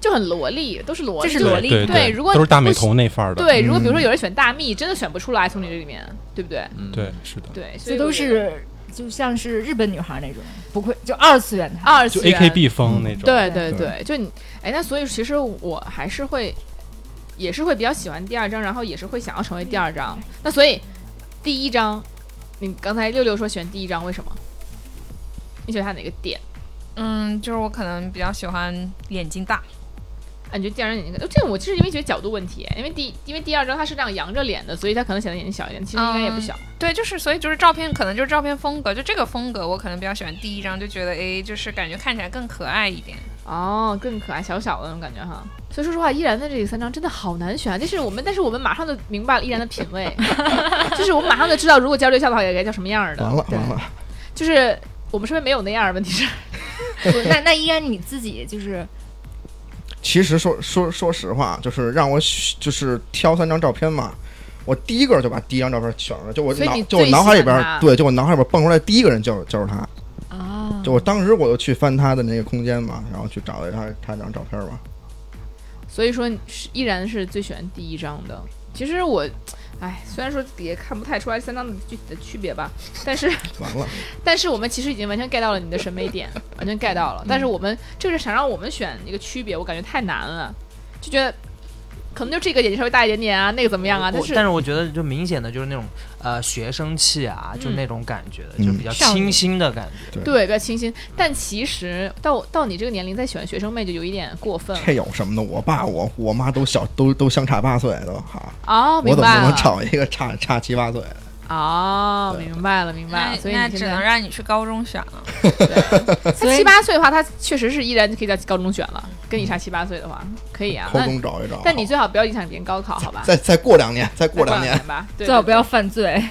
S1: 就很萝莉，都是萝莉，
S3: 这是
S1: 就
S3: 萝
S7: 对
S3: 莉
S7: 对
S1: 对如果
S7: 都是大美
S1: 不喜
S7: 瞳那范儿的，
S1: 对，如果比如说
S2: 嗯
S1: 有人选大蜜，真的选不出来从你这里面，对不对？
S6: 嗯，
S7: 对，是的，
S1: 对，所
S3: 这
S1: 以
S3: 都
S1: 我觉得
S3: 是就像是日本女孩那种，不愧就二次元的。
S1: 二
S7: 就
S1: 次元
S7: AKB 风那种，
S1: 对对
S7: 对
S1: 对，就你哎，那所以其实我还是会，也是会比较喜欢第二章，然后也是会想要成为第二章。那所以第一章，你刚才六六说选第一章，为什么？你选它哪个点？
S4: 嗯，就是我可能比较喜欢眼睛大，
S1: 啊，你觉得第二张眼睛可？这个我其实因为觉得角度问题，因为第因为第二张它是这样扬着脸的，所以它可能显得眼睛小一点，其实应该也不
S4: 嗯
S1: 小。
S4: 对，就是所以就是照片，可能就是照片风格，就这个风格我可能比较喜欢第一张，就觉得哎，就是感觉看起来更可爱一点。
S1: 哦，更可爱小小的那种感觉哈。所以说实话，依然的这三张真的好难选啊。但是我们，但是我们马上就明白了依然的品味， [laughs] 就是我们马上就知道，如果交对象的话，也该叫什么样儿的。
S2: [laughs] 完了
S1: 对
S2: 完了，
S1: 就是我们身边没有那样儿，问题是，
S3: 不 [laughs] 那那依然你自己就是
S2: 其实说说说实话，就是让我选就是挑三张照片嘛。我第一个就把第一张照片选了，就我
S1: 所以
S2: 脑
S1: 你
S2: 就我
S1: 最
S2: 脑海里
S1: 喜欢
S2: 边
S1: 他哦
S2: 儿，对，就我脑海里边儿蹦出来第一个人就是就是他，
S3: 啊，
S2: 就我当时我就去翻他的那个空间嘛，然后去找了他他那张照片吧。
S1: 所以说是依然是最喜欢第一张的。其实我，哎，虽然说也看不太出来三张的具体的区别吧，但是
S2: 完了，
S1: [laughs] 但是我们其实已经完全 get 到了你的审美
S2: [laughs]
S1: 点，完全 get
S2: 嗯
S1: 到了。但是我们这个是想让我们选一个区别，我感觉太难了，就觉得可能就这个眼睛稍微大一点点啊，那个怎么样啊？
S5: 我
S1: 但是
S5: 但是我觉得就明显的就是那种呃学生气啊，
S1: 嗯
S5: 就
S1: 哦
S5: 那种感觉的，
S2: 嗯
S5: 就比较
S3: 少女
S5: 清新的感觉。
S1: 对比较清新，但其实到到你这个年龄再喜欢学生妹就有一点过
S2: [laughs]
S1: 分了
S2: 这有什么的？我爸我我妈都小都都相差八岁都哈，
S1: 哦，
S2: 我
S1: 明
S2: 怎么
S1: 白
S2: 能
S1: 了
S2: 找一个差差七八岁的？
S1: 哦，
S2: 对
S1: 明白了明白
S4: 那
S1: 了，所以
S4: 那
S1: 你
S4: 只
S1: 现
S4: 能
S1: 在
S4: 让你去高中选了。
S1: 他七八岁的话，他确实是依然可以在高中选了，跟你差七八岁的话可以啊。
S2: 高
S1: 那
S2: 中找一找。
S1: 但你最好不要影响别人高考，好吧？
S2: 再再过两年，再
S1: 再
S2: 过两年，
S1: 吧，对
S3: 最好不
S1: 对
S3: 要犯罪。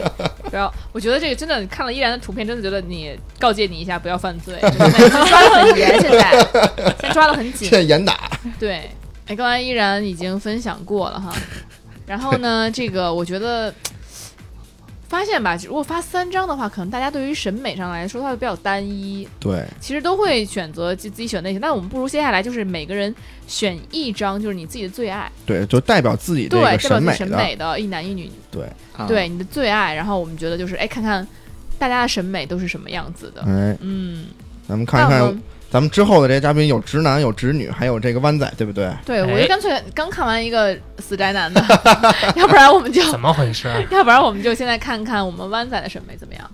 S1: 不要，我觉得这个真的看了依然的图片，真的觉得你告诫你一下，不要犯
S2: [laughs]
S1: 罪，真的现在抓得很严，现在现在抓得很紧
S2: 现。在严打。
S1: 对，哎，刚才依然已经分享过
S2: [laughs]
S1: 了哈，然后呢，这个我觉得发现吧，如果发三张的话，可能大家对于审美上来说，它会比较单一，
S2: 对，
S1: 其实都会选择自自己选类型。但我们不如接下来就是每个人选一张，就是你自己的最爱，
S2: 对，就代表自己这
S1: 对，代表
S2: 个审
S1: 自
S2: 美
S1: 己审
S2: 的。
S1: 美的，一男一女，
S6: 啊
S1: 对你的最爱。然后我们觉得就是，哎，看看大家的审美都是什么样子的。
S2: 哎，
S1: 嗯，
S2: 咱们看
S1: 那
S2: 一
S1: 我
S2: 看
S1: 们，
S2: 咱们之后的这些嘉宾有直男，有直女，还有这个湾仔，对不
S7: 哦
S2: 对？
S1: 对我就
S5: 哎
S1: 干脆刚看完一个死宅男
S2: [laughs]
S1: 的， [laughs] 要不然我们就
S5: 怎么回事？啊
S1: 要不然我们就现在看看我们湾仔的审美怎么样？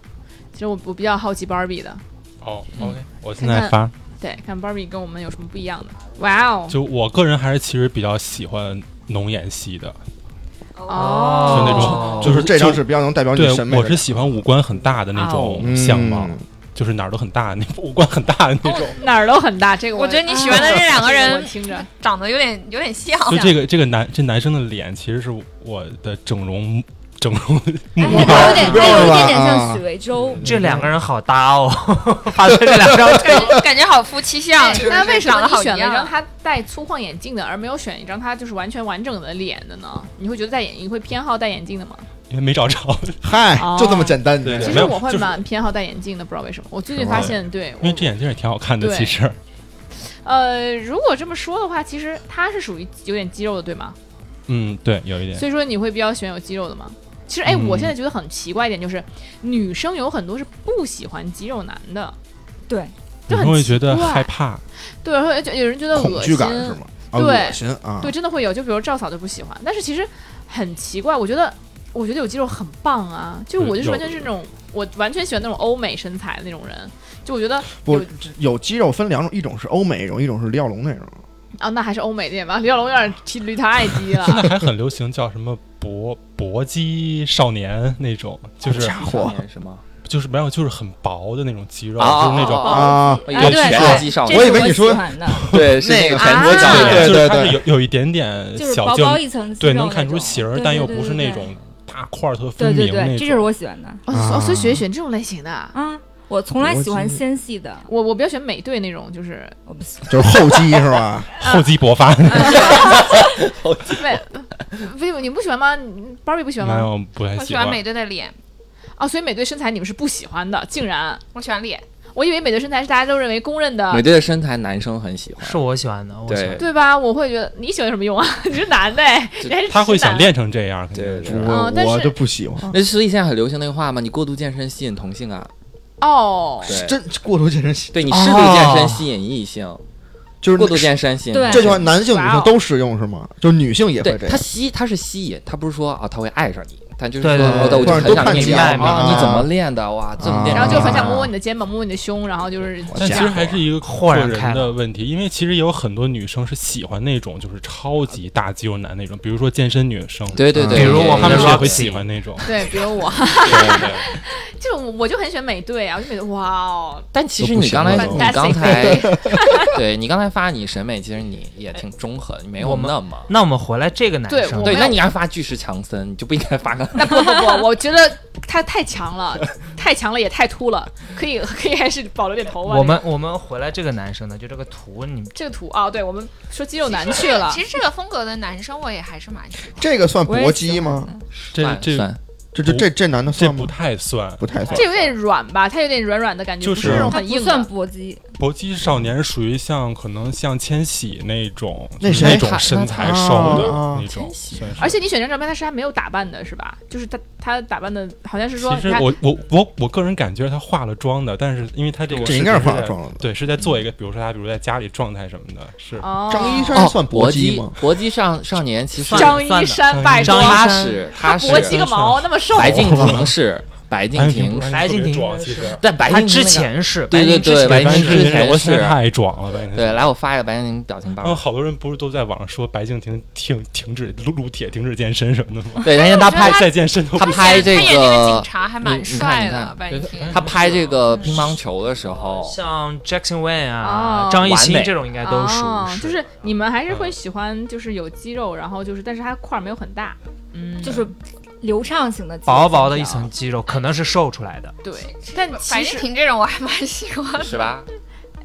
S1: 其实我我比较好奇 Barbie 的，
S7: 哦
S6: 嗯
S7: ，OK，我现在发，
S1: 对，看 Barbie 跟我们有什么不一样的。哇哦，
S7: 就我个人还是其实比较喜欢浓颜系的，
S1: [laughs]
S4: 嗯
S1: 哦
S7: 就那种
S5: 哦
S7: 就是
S2: 这张
S7: 就是
S2: 比较能代表哦你
S7: 对
S2: 审，美
S7: 我
S2: 的
S7: 是喜欢五官很大的那种向往，
S2: 嗯
S7: 就是哪儿都很大，那五官很大的那种。
S1: 哪儿都很大，这个啊
S4: 我觉得你喜欢的这两个
S1: 这
S4: 人
S1: 我听着，
S4: 长得有点有点
S1: 哦
S4: 像，
S7: 就这个这个男这男生的脸，其实是我的整容整容
S3: 哎，
S7: 目
S3: 有
S7: 标。
S3: 点，
S2: 标
S3: 那有
S2: 嗯 [laughs] 是
S3: 一
S2: 吧
S3: 点点像
S2: 啊
S3: 许魏洲，
S5: 这两个人好搭
S7: [laughs]
S5: 哦， [laughs] 把这两张
S4: 感觉感觉好夫妻相。
S1: 哎
S4: [laughs] 就是
S1: 那为什
S4: 长
S1: 么
S4: 得
S1: 你
S4: 好
S1: 选了一张
S4: 样？
S1: 他戴粗框眼镜的，而没有选一张他就是完全完整的脸的呢？你会觉得戴眼，你会偏好戴眼镜的吗？
S7: 因为没找着。
S2: 嗨，就这么简单。
S7: 对
S1: 哦其
S7: 没
S1: 实
S7: 有
S1: 我会
S7: 就是
S1: 蛮偏好戴眼镜的，不知道为什么。我最近
S2: 是吗
S1: 发现，对，
S7: 因为
S1: 我
S7: 这眼镜也挺好看的，
S1: 对
S7: 其实
S1: 呃，如果这么说的话，其实他是属于有点肌肉的，对吗？
S7: 嗯，对，有一点。
S1: 所以说你会比较喜欢有肌肉的吗？其实，哎，
S7: 嗯
S1: 我现在觉得很奇怪一点就是，女生有很多是不喜欢肌肉男的，
S3: 对，
S1: 就
S7: 你
S1: 很
S7: 会觉得
S1: 奇怪
S7: 害怕，
S1: 对，会就有人觉得
S2: 恐
S1: 恶
S2: 惧
S1: 心，
S2: 感是吗？啊，
S1: 对
S2: 恶心啊！
S1: 对，真的会有。就比如赵嫂就不喜欢，但是其实很奇怪，我觉得我觉得有肌肉很棒啊，就是我就是
S7: 嗯有
S1: 完全是那种我完全喜欢那种欧美身材的那种人，就我觉得
S2: 不
S1: 有
S2: 有肌肉分两种，一种是欧美那种，一种是李小龙那种。
S1: 啊，那还是欧美的吧，李 [laughs] 小龙有点踢驴太低
S7: [laughs]
S1: 了，
S7: 现在还很流行叫什么搏搏击少年那种，
S1: 哦
S7: 就是
S2: 家伙
S6: [laughs] 是吗？
S7: 就是没有就是很薄的那种肌肉，
S6: 啊
S1: 哦
S7: 就是那种
S6: 啊
S2: 啊，
S6: 有
S3: 啊对
S6: 拳
S3: 对
S6: 击少
S3: 这
S6: 年，
S3: 是
S2: 我以为你说
S3: 喜欢的
S7: 呃
S6: 对是
S1: 那
S6: 那个
S1: 个
S6: 韩国教
S1: 啊
S6: 练，
S2: 对
S7: 就是
S2: 对
S7: 它是
S2: 对
S7: 有有一点点
S3: 就是
S7: 小
S3: 薄
S7: 就
S3: 薄一层肌
S7: 对
S3: 肉
S7: 能看
S3: 那
S7: 出
S3: 种
S7: 形儿，
S3: 对
S7: 但
S3: 对
S7: 又
S3: 对
S7: 不是
S3: 对
S7: 那
S3: 对
S7: 种大块儿特分
S3: 对对
S7: 明
S3: 对，
S7: 那
S3: 这就是
S7: 种。
S3: 我喜欢的
S1: 哦，所所以
S2: 啊
S1: 雪选这种类型的，
S3: 啊！我从来喜
S2: 我
S3: 欢
S2: 记
S3: 纤细的，
S1: 我我比较喜欢美队那种，就是
S3: 我不喜欢。
S2: 就是后肌是吧？
S7: 厚
S3: 啊
S7: 积薄发，
S1: 对，不 [laughs] 是你们不喜欢吗你？Barbie 不喜欢
S7: [laughs] 没
S1: 吗？
S7: 有不太
S4: 我喜
S7: 喜
S4: 欢
S7: 欢。
S4: 美队的脸，
S1: 啊，所以美队身材你们是不喜欢的，竟然，
S4: 我喜欢脸，
S1: 我以为美队身材是大家都认为公认的
S6: 美，队的身材男生很喜欢，
S5: 是我喜欢的，我喜欢
S6: 对
S5: 的。
S1: 对吧？我会觉得你喜欢有什么用啊？ [laughs] 你是男的哎，
S6: 这
S1: 人家是
S7: 他会
S1: 直男
S7: 想练成这样，肯定
S6: 对对
S7: 是
S6: 对
S1: 啊
S2: 我
S1: 但是
S2: 我就不喜欢，
S6: 那所以现在很流行那个话嘛，你过度健身吸引同性啊，
S1: 哦，
S6: 对
S2: 真过度健身
S6: 对你适度健身吸引异性，
S2: 就是
S6: 过度健身吸引
S3: 对
S2: 这句话，男性女
S1: 哇哦
S2: 性都适用是吗？就是女性也会
S6: 对
S2: 这
S6: 他
S2: 样。
S6: 吸他是吸引，他不是说啊他会爱上你，他就是
S5: 对
S6: 说
S5: 对对
S6: 哦
S5: 对
S6: 我就
S2: 突然
S6: 很
S2: 多
S6: 想
S2: 看
S6: 跟你
S2: 几
S6: 聊
S5: 眼
S6: 啊，
S2: 啊
S6: 你怎么练的哇这么练，
S1: 然后就很想
S2: 啊
S1: 摸摸你的肩膀，摸摸你的胸，然后就是
S7: 但其实还是一个
S5: 豁
S7: 个
S5: 然开朗
S7: 人的问题，因为其实也有很多女生是喜欢那种就是超级大肌肉男那种，比如说健身女生，
S6: 对对对，
S5: 比如我
S7: 她
S5: 们
S7: 们
S5: 的
S7: 是也会
S5: Roxy
S7: 喜欢那种。
S1: 对，比如我， [laughs]
S7: 对对，
S1: 就是我我就很喜欢美队啊，我就觉得哇哦，
S6: 但其实你刚才
S2: 都不行
S6: 你
S2: 了
S6: 刚才 [laughs] 对你刚才发你审美，其实你也挺中和，你没有
S5: 我们
S6: 那么。
S5: 那我们回来这个男
S1: 对
S5: 生
S1: 我，
S6: 对，
S1: 没
S6: 那
S1: 有
S6: 你要发巨石强森，你就不应该发个
S1: 那不不不，我觉得他太强了，太强了也太秃了，可以可以还是保留点头发。
S5: 我们我们回来这个男生呢，就这个图你
S1: 这个图啊，对我们说肌肉男去了，
S4: 其实这个风格的男生我也还是蛮喜欢。
S2: 这个算
S3: 我也
S2: 搏
S3: 喜
S2: 击
S3: 欢
S2: 吗？
S3: 的？
S7: [laughs] 这
S6: [laughs] 算
S7: 这
S6: 算
S2: 这这这这男的
S7: 这
S2: 算
S7: 不
S2: 吗？
S7: 太算。
S2: 不太算
S1: 这。有点软吧，它有点软软的感觉，
S7: 就
S1: 不是
S7: 是
S1: 那种
S3: 它
S1: 很
S3: 不
S1: 硬
S3: 算
S1: 的。
S3: 搏击，
S7: 搏击少年是属于像可能像千玺那种，
S2: 那
S7: 就是
S2: 谁
S7: 那种身材瘦的
S2: 啊
S7: 那种
S6: 千。玺
S7: 算是
S1: 而且你选这张照片，他是还没有打扮的，是吧？就是他他打扮的好像是说，
S7: 其实
S1: 你看
S7: 我我我我个人感觉他化了妆的，但是因为他这个
S2: 这应该是
S7: 是
S2: 化
S7: 在
S2: 了妆了。
S7: 对，是在做一个，比如说他，比如在家里状态什么的，是
S1: 哦，
S2: 张一山
S6: 哦，
S2: 算
S6: 搏
S2: 搏击吗？
S6: 搏击少少年其实
S5: 算
S1: 张
S5: 算
S1: 一
S5: 的
S1: 山拜托
S5: 张一，
S6: 他是他
S1: 搏击
S6: 是
S1: 个毛，那么瘦，
S6: 白 [laughs] 敬亭是白敬亭是，
S5: 白敬亭
S7: 壮，其实
S6: 但白
S5: 他
S6: 敬
S5: 之
S6: 亭哎那个
S5: 前是
S6: 对对 [laughs] 对
S5: 白
S6: 白
S5: 敬亭
S6: 敬
S5: 之前
S6: 亭
S7: 但
S5: 是
S6: 之
S7: 是
S6: 前
S7: 我实在
S6: 是
S7: 太壮了，白敬亭
S6: 对，来我发一个白敬亭表情包
S7: 然后，嗯好多人不是都在网上说白敬亭停停止撸撸铁、停止健身什么的吗？
S6: 对，人家 [laughs] 他拍
S4: 他
S7: 再健身都
S6: 他
S7: 不
S6: 拍这
S4: 他演那个
S6: 个
S4: 警察还蛮帅的，白天
S6: 他拍这个乒乓球的时候，
S5: 像 Jackson Wang
S1: 哦
S5: 啊、张艺兴这种应该都属
S1: 哦
S5: 于，嗯
S1: 就是你们还是会喜欢，就是有肌肉，然后就是，但是它块儿没有很大，嗯，
S3: 就是流畅型的肌肉
S5: 薄薄的
S3: 线
S5: 一
S3: 条
S5: 层肌肉，可能是瘦出来的。
S1: 对。但其
S4: 白
S1: 实
S4: 敬，亭这种我还蛮喜欢的。
S6: 是吧？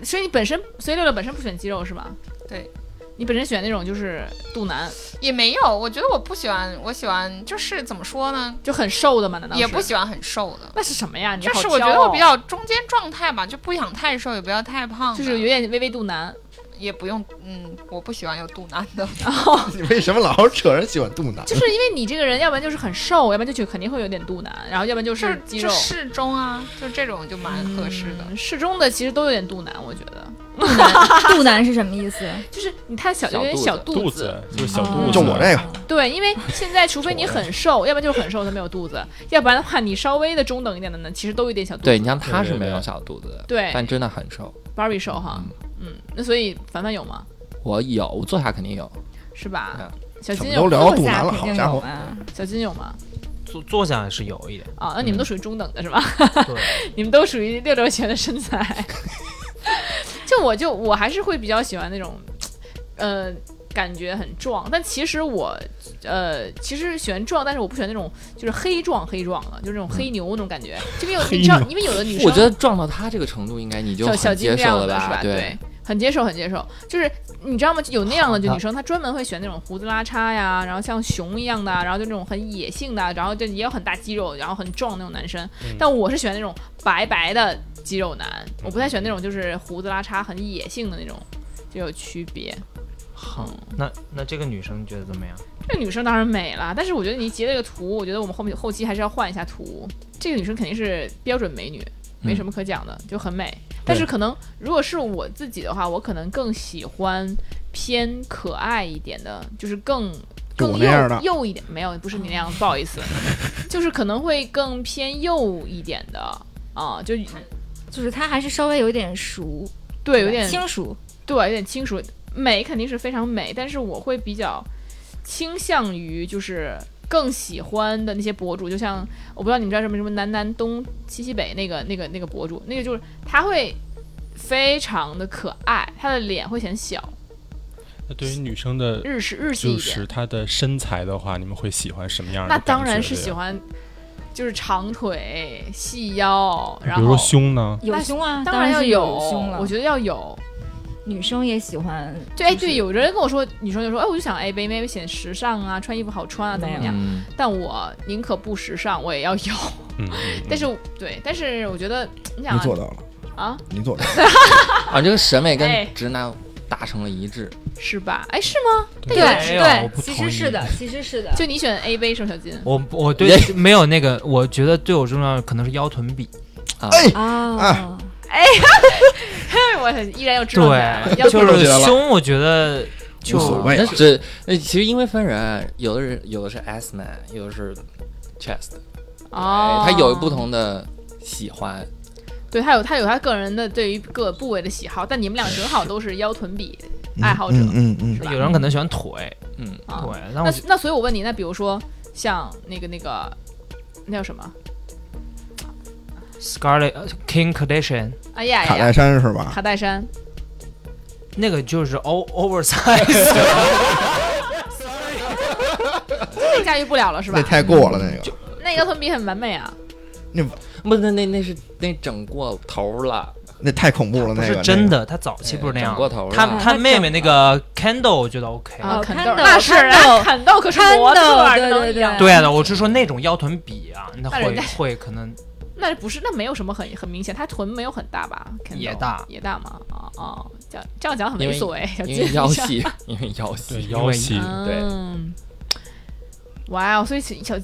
S1: 所以你本身，所以六六本身不选肌肉是吗？
S4: 对，
S1: 你本身选那种就是肚腩，
S4: 也没有，我觉得我不喜欢，我喜欢就是怎么说呢，
S1: 就很瘦的嘛？难道
S4: 也不
S1: 是？
S4: 喜欢很瘦的。
S1: 那是什么呀？你
S4: 就
S1: 好
S4: 是我觉
S1: 挑
S4: 得我
S1: 哦
S4: 比较中间状态吧，就不想太瘦，也不要太胖，
S1: 就是有点微微肚腩。
S4: 也不用，嗯，我不喜欢有肚腩的。
S5: 哦
S2: [laughs] 你为什么老是扯人喜欢肚腩？
S1: 就是因为你这个人，要不然就是很瘦，要不然就就肯定会有点肚腩，然后要不然就
S4: 就是
S1: 肌肉
S4: 就。适中啊，就这种就蛮合适的。
S1: 嗯适中的其实都有点肚腩，我觉得，
S3: 肚腩， [laughs] 肚腩是什么意思？
S1: 就是你太小就
S6: 小
S1: 有点
S6: 肚
S1: 小
S6: 子
S7: 肚
S1: 子，
S7: 子就是小肚
S3: 哦
S7: 子，
S2: 就我这个
S1: 对，因为现在除非
S2: [laughs]
S1: 你很瘦，要不然就是很瘦他没有肚子，要不然的话你稍微的中等一点的呢，其实都有一点小肚子。
S6: 对你像他是没有小肚子的，
S1: 对
S6: 但真的很瘦。
S1: ，Barbie 瘦哈，嗯，那所以凡凡有吗？
S6: 我有，我坐下肯定有。
S1: 是吧？小
S2: 怎
S1: 金
S2: 啊么都
S1: 有
S2: 聊到肚
S3: 坐下
S2: 腩了，
S3: 肯
S2: 好
S3: 定
S2: 家
S3: 有
S2: 伙！
S3: 啊！
S1: 小金有吗？
S5: 坐坐下来是有一点，
S1: 啊，那你
S2: 嗯
S1: 们都属于中等的是吧？
S5: 对，
S1: [laughs] 你们都属于六六拳的身材。 [laughs] 就我就我还是会比较喜欢那种，呃，感觉很壮，但其实我，呃，其实喜欢壮，但是我不喜欢那种就是黑壮黑壮的，就是那种黑牛那种感觉。就
S6: [laughs]
S1: 因为有你知道，因为有的女生，
S6: 嗯我觉得撞到他这个程度，应该你就
S1: 小小
S6: 很
S1: 金
S6: 接
S1: 这样
S6: 受
S1: 的
S6: 了
S1: 是吧？
S6: 对，，
S1: 很接受，很接受。就是你知道吗？就有那样的就
S5: 好的
S1: 女生，她专门会选那种胡子拉碴呀，然后像熊一样的啊，然后就那种很野性的啊，然后就也有很大肌肉，然后很壮那种男生。但我是喜欢那种白白的肌肉男，我不太喜欢那种就是胡子拉碴很野性的那种。就有区别。
S5: 好，那那这个女生觉得怎么样？
S1: 这个女生当然美了，但是我觉得你截这个图，我觉得我们后面后期还是要换一下图。这个女生肯定是标准美女，没
S2: 嗯
S1: 什么可讲的，就很美。但是可能如果是我自己的话，我可能更喜欢偏可爱一点的，就是更更
S2: 我
S1: 幼
S2: 那样的
S1: 幼一点，没有，不是你那样，不好意
S2: [laughs]
S1: 思，就是可能会更偏幼一点的啊，就
S3: 就是它还是稍微有点熟，
S1: 对，有
S3: 吧
S1: 点
S3: 轻熟，
S1: 对，有点清楚。美肯定是非常美，但是我会比较倾向于就是更喜欢的那些博主，就像我不知道你们知道什么什么南南东西西北那个那个那个博主，那个就是他会非常的可爱，他的脸会显小，
S7: 那对于女生的，
S1: 日式日系一
S7: 就
S1: 点。
S7: 是她的身材的话，你们会喜欢什么样的
S1: 那
S7: 感觉的
S1: 当
S7: 呀？
S1: 然是喜欢，就是长腿、细腰，
S7: 比
S1: 然
S7: 如说
S1: 后
S7: 胸呢？
S3: 有
S1: 那
S3: 胸啊，
S1: 当
S3: 然
S1: 要
S3: 是有胸了。
S1: 我觉得要有。
S3: 女生也喜欢，
S1: 就哎，
S3: 就是
S1: 对，有人跟我说，女生就说，哎，我就想哎，妹妹显时尚啊，穿衣服好穿啊，怎么怎么样。
S6: 嗯，
S1: 但我宁可不时尚，我也要有。
S7: 嗯，嗯
S1: 但是对，但是我觉得你想
S2: 你
S1: 啊
S2: 做到了，
S1: 啊，
S2: 你做到了，
S6: 啊，这个审美
S1: 哎
S6: 跟直男达成了一致，
S1: 是吧？哎，是吗？
S3: 对
S5: 没有我不
S3: 其
S5: 同
S3: 实是
S5: 意
S3: 的，其实是的，
S1: 就你选 A 杯是吧，小金？
S5: 我我对没有那个，我觉得对我重要的可能是腰臀比，
S6: 啊，
S2: 哎
S3: 啊，
S1: 对，我依然要知道来了，
S5: 对，
S1: 要
S5: 就
S2: 不
S5: 是
S2: 然
S5: 胸，我觉得就
S2: 无所谓啊
S6: 那
S2: 了。
S6: 只那其实因为分人，有的人有的是 S man，有的是 chest，哎
S1: 哦，
S6: 他有不，同的喜欢，
S1: 对他有他有他个人的对于各部位的喜好，但你们俩正好都是腰臀比 [laughs]
S2: 嗯
S1: 爱好者
S2: 嗯嗯嗯
S1: 是，吧？
S5: 有人可能喜欢腿，
S6: 嗯，
S1: 啊
S5: 腿，那
S1: 那
S5: 我
S1: 那所以，我问你，那比如说像那个那个那叫什么？
S5: Scarlett King Kardashian
S1: 哎呀
S2: 卡
S1: 呀
S2: 戴
S1: 呀，
S2: 珊是吧？
S1: 卡戴珊，
S5: 那个就是 o oversize，
S1: 那驾驭不了了是吧
S2: [laughs] 那？太过了那个，
S1: 那腰臀比很完美啊，
S6: 不，那那那是那整过头了，
S2: 那太恐怖了
S5: 不
S2: 那个。
S5: 是真
S2: 那个，
S5: 的，他早期不是那
S6: 哎
S5: 样
S6: 整。过头了，
S5: 他
S3: 啊
S5: 他
S3: 那
S5: 妹
S3: 整
S5: 妹那个 Kendall 我觉得 OK，
S1: 啊，
S3: 哦
S1: 肯
S3: 看
S1: 豆
S3: 到
S1: 那是
S3: 看到
S1: 啊肯豆可是模特儿，
S3: 看到
S1: 能
S3: 对对
S1: 一样吗
S3: 对
S5: 对啊，我是说那种腰臀比啊，那
S1: 那人
S5: 会
S1: 家
S5: [laughs] 会可能
S1: 那不是那没有什么很很明显，他臀没有很大吧？肯
S5: 也
S1: 豆
S5: 大
S1: 也大嘛，啊啊，这样这样讲很
S6: 因
S1: 猥
S6: 为
S1: 琐哎，小
S6: 因为
S1: 金
S6: 腰细，因为腰
S7: 对
S6: 细，
S7: 腰细，
S6: 对
S1: 嗯，哇哦，所以小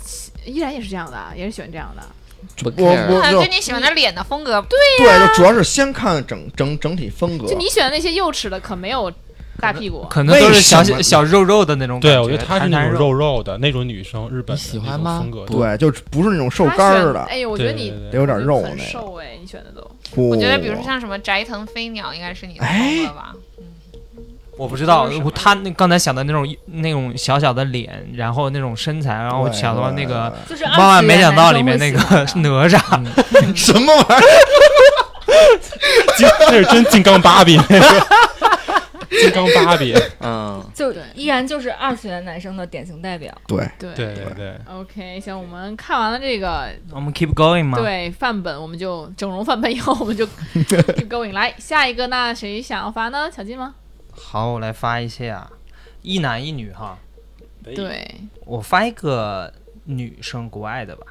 S1: 依然也是这样的啊，也是喜欢这样的。
S6: 不
S2: 我
S6: care，
S2: 我
S4: 啊，
S2: 就
S4: 跟你喜欢的脸的风格不
S2: 对，就主要是先看整整整体风格
S1: 就。你选的那些幼齿的，可没有大屁股。
S5: 可能都
S2: 为
S5: 是小
S2: 什么
S5: 小小肉肉的那种感
S7: 对，我觉得她是
S5: 弹
S7: 那
S5: 弹
S7: 种
S5: 肉
S7: 肉肉的那种女生，日本的
S6: 你喜
S7: 那
S6: 欢
S7: 种
S6: 吗
S7: 风格，
S6: 不
S2: 对，就不是那种瘦
S1: 他
S2: 干儿
S1: 选
S2: 的，
S1: 哎呦，我觉
S7: 对
S1: 得
S7: 对
S1: 你
S7: 对
S2: 得有点肉
S1: 很
S2: 那个。
S1: 瘦哎，你选的都
S2: 不，
S4: 我觉得，比如说像什么斋藤飞鸟，应该是你的风格吧？
S5: 我不知道
S4: 就是什，么
S5: 我他那刚才想的那种那种小小的脸，然后那种身材，然后我
S2: 对
S5: 想到那个，
S3: 就是
S5: 万万没想到里面那个哪吒， [laughs]
S2: 对什么玩意儿？
S7: 金那是真金刚芭比那个，金刚芭
S6: [laughs]
S7: 比，
S6: 嗯，
S3: 就依然就是二次元男生的典型代表。
S2: 对，
S1: 对
S7: 对对对，
S1: OK，行，我们看完了这个
S5: [laughs] 我们 keep going 嘛。
S1: 对范本，我们就整容范本以后，我们就 [laughs] keep going 来下一个，那谁想要发呢？小金吗？
S5: 好，我来发一下，一男一女哈，
S1: 对
S5: 我发一个女生国外的吧。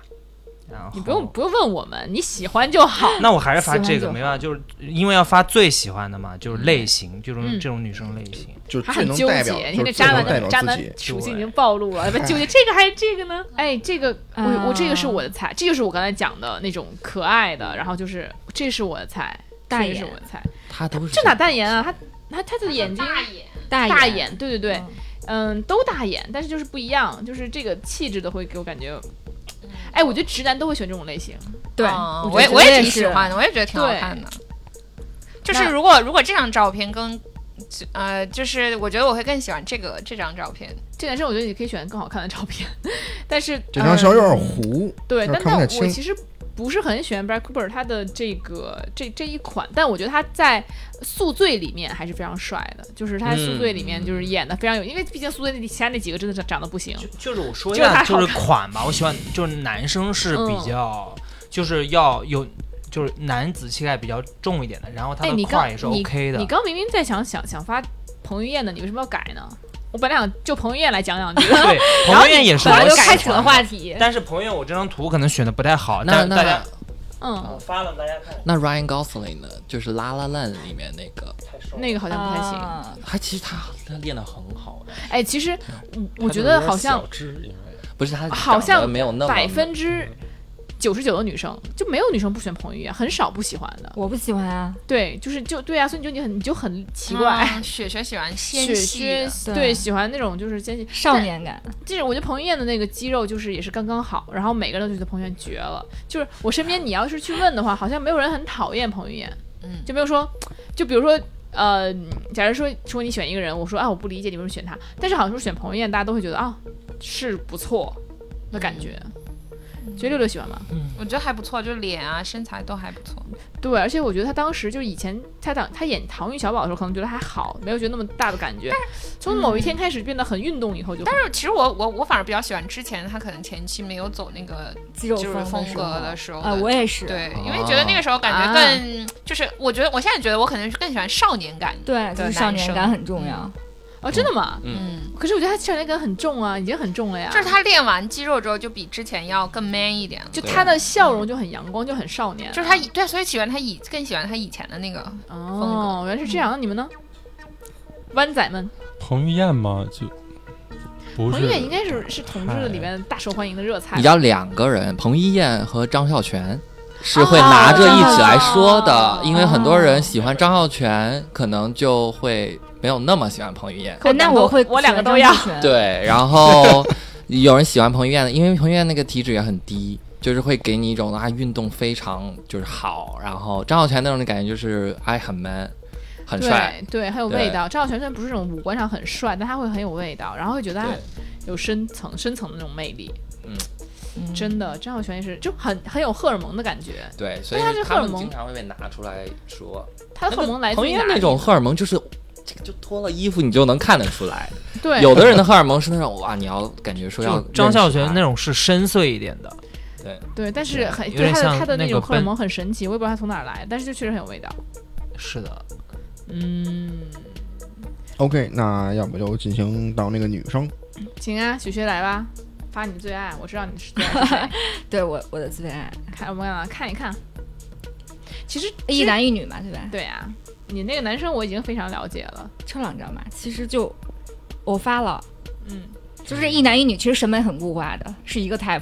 S5: 然后
S1: 你不用不用问我们，你喜欢就
S2: [laughs]
S1: 好。
S5: 那我还是发这
S3: 喜欢就
S5: 个，
S3: 好
S5: 没办法，就是因为要发最喜欢的嘛，就是类型，就是
S1: 嗯
S5: 这种女生类型。
S2: 就
S1: 他
S2: 最
S1: 很
S2: 能
S1: 纠
S2: 代
S1: 结
S2: 表，，
S1: 你看
S2: 就是
S1: 这
S2: 最
S1: 渣
S2: 能
S1: 男
S2: 代
S1: 的
S2: 表
S1: 渣
S2: 自
S1: 男
S2: 己。
S1: 属性已经暴露了，不纠
S2: [laughs]
S1: 结这个还是这个呢？哎，这个我我这个是我的菜，这就是我刚才讲的那种可爱的，然后就是这是我的菜，
S3: 大
S1: 这个是
S3: 眼
S1: 我的菜，
S6: 他都是
S1: 这哪代言啊？他他他的眼睛
S4: 眼，
S3: 大
S1: 大
S3: 眼，
S1: 眼，对对对，嗯，都大眼，但是就是不一样，就是这个气质的会给我感觉。哎，我觉得直男都会选这种类型，
S3: 对，
S4: 嗯
S3: 啊觉
S4: 我也
S3: 得
S4: 我也
S3: 这
S4: 挺喜
S3: 是
S4: 欢的，我也觉得挺好
S1: 对
S4: 看的。就是如果如果这张照片跟呃，就是我觉得我会更喜欢这个这张照片。
S1: 这男生我觉得你可以选更好看的照片， [laughs] 但是
S2: 这张小有点糊，
S1: 对，
S2: 就是
S1: 但
S2: 看
S1: 但
S2: 不太
S1: 我
S2: 清
S1: 其实不是很喜欢 Brad Cooper 他的这个这这一款，但我觉得他在《宿醉》里面还是非常帅的，就是他在《宿醉》里面就是演的非常有，因为毕竟《宿醉》那其他那几个真的长长得不行，
S5: 就是我说一
S1: 就是
S5: 下，
S1: 它好
S5: 就是款吧，我喜欢就是男生是比较，就是要有就是男子气概比较重一点的，然后他
S1: 哎你
S5: 的
S1: 刚
S5: 块也是 OK 的
S1: 你。刚明明在想想想发彭于晏的，你为什么要改呢？我本来想就彭于晏来讲讲这个，
S5: 对，彭于晏也
S1: [laughs]
S5: 是
S1: 本来
S5: 我
S1: 就
S5: 喜
S1: 开
S5: 欢
S1: 启
S5: 的
S1: 了话题，
S5: 但是彭于晏我这张图可能选的不太好，
S6: 那
S5: 但大
S6: 那
S5: 家
S1: 嗯，
S5: 发了大家看
S6: 那 Ryan Gosling 呢？就是《La La Land》里面那个，
S5: 太瘦
S1: 那个好像不太行。
S3: 啊
S6: 他其实他他练得很好的，
S1: 哎，其实我我
S7: 她
S1: 觉
S7: 就是有
S1: 得
S7: 点
S1: 好像
S7: 小只因为
S6: 不是他
S1: 好像
S6: 长得没有那么
S1: 百分之九十九的女生就没有女生不喜欢彭于晏，很少不喜欢的。
S3: 我不喜欢啊，
S1: 对，就是就对啊，所以你就你很你就很奇 [laughs] 怪。
S4: 嗯雪雪喜欢
S1: 雪
S4: 纤细
S1: 靴
S3: 对
S4: 的，
S1: 对喜欢那种就是纤细
S3: 少年感。
S1: 这种我觉得彭于晏的那个肌肉就是也是刚刚好，然后每个人都觉得彭于晏绝了。就是我身边你要是去问的话，好像没有人很讨厌彭于晏，
S4: 嗯
S1: 就没有说，就比如说呃，假如说说你选一个人，我说啊我不理解你为什么选他，但是好像说选彭于晏，大家都会觉得啊是不错的
S4: 嗯
S1: 感觉。觉得六六喜欢吗？
S4: 我觉得还不错，就脸啊身材都还不错。
S1: 对，而且我觉得他当时就是以前他当他演《唐钰小宝》的时候，可能觉得还好，没有觉得那么大的感觉。从某一天开始变得很运动以后就很，但
S4: 就其实我我我反而比较喜欢之前他可能前期没有走那个
S3: 肌肉
S4: 肌肉
S3: 风
S4: 风格的时候
S3: 啊、
S4: 的
S3: 我也是。
S4: 对，因为觉得那个时候感觉更、就是，我觉得我现在觉得我可能是更喜欢少年感。
S3: 对，就
S4: 的
S3: 是少
S4: 男
S3: 年
S4: 生
S3: 感很重要。
S1: 哦，真的吗？
S4: 嗯，
S1: 可是我觉得他少年感很重啊，已经很重了呀。
S4: 就是他练完肌肉之后，就比之前要更 man 一点了。
S1: 就他的笑容就很阳光，就很少年。
S4: 就是他以对，所以喜欢他以更喜欢他以前的那个。
S1: 哦，原来是这样。那你们呢？湾仔们，
S7: 彭于晏嘛，就不
S1: 彭
S7: 是
S1: 于晏应该是是同志里面大受欢迎的热菜
S6: 你
S1: 吧。
S6: 要两个人，彭于晏和张孝全是会拿着一起来说的，
S1: 哦
S6: 因为很多人喜欢张孝全，可能就会没有那么喜欢彭于晏。
S1: 可
S3: 哎那
S1: 我
S3: 我会，
S1: 我两个都要。
S6: 对，然后有人喜欢彭于晏的，因为彭于晏那个体脂也很低，就是会给你一种啊运动非常就是好，然后张孝全那种的感觉就是哎很 man，很帅，
S1: 对对，很有
S6: 对
S1: 味道。张小泉虽然不是那种五官上很帅，但他会很有味道，然后会觉得他
S6: 对
S1: 很有深层深层的那种魅力。
S6: 嗯，
S1: 真的，张小泉也是就很很有荷尔蒙的感觉，
S6: 对，所以
S1: 但他是荷
S6: 他
S1: 尔
S6: 们
S1: 蒙
S6: 经常会被拿出来说。
S1: 他的荷尔蒙来自
S6: 彭于
S1: 于
S6: 晏
S1: 哪
S6: 那
S1: 里啊
S6: 种荷尔蒙就是。这个就脱了衣服，你就能看得出来。
S1: 对，
S6: 有的人的荷尔蒙是那种哇，你要感觉说要
S5: 就张孝
S6: 认识
S5: 全
S6: 他
S5: 那种是深邃一点的，
S1: 对，但是很
S5: 有
S1: 对
S5: 点
S1: 他的
S5: 像
S1: 他的
S5: 那
S1: 种
S5: 个
S1: 荷尔
S5: 奔
S1: 蒙很神奇，我也不知道他从哪儿来，但是就确实很有味道。
S5: 是的，
S1: 嗯，
S2: OK，那要不就进行到那个女生，
S1: 行啊，雪雪来吧，发你的最爱，我知道你是最爱是谁
S3: 对我我的最爱，
S1: 看我们俩看一看。其实
S3: 一哎男一女嘛，对吧？
S1: 对啊，你那个男生我已经非常了解了，
S3: 抽两张嘛，其实就我发了，
S1: 嗯，
S3: 就是一男一女，其实审美很固化的，是一个 type，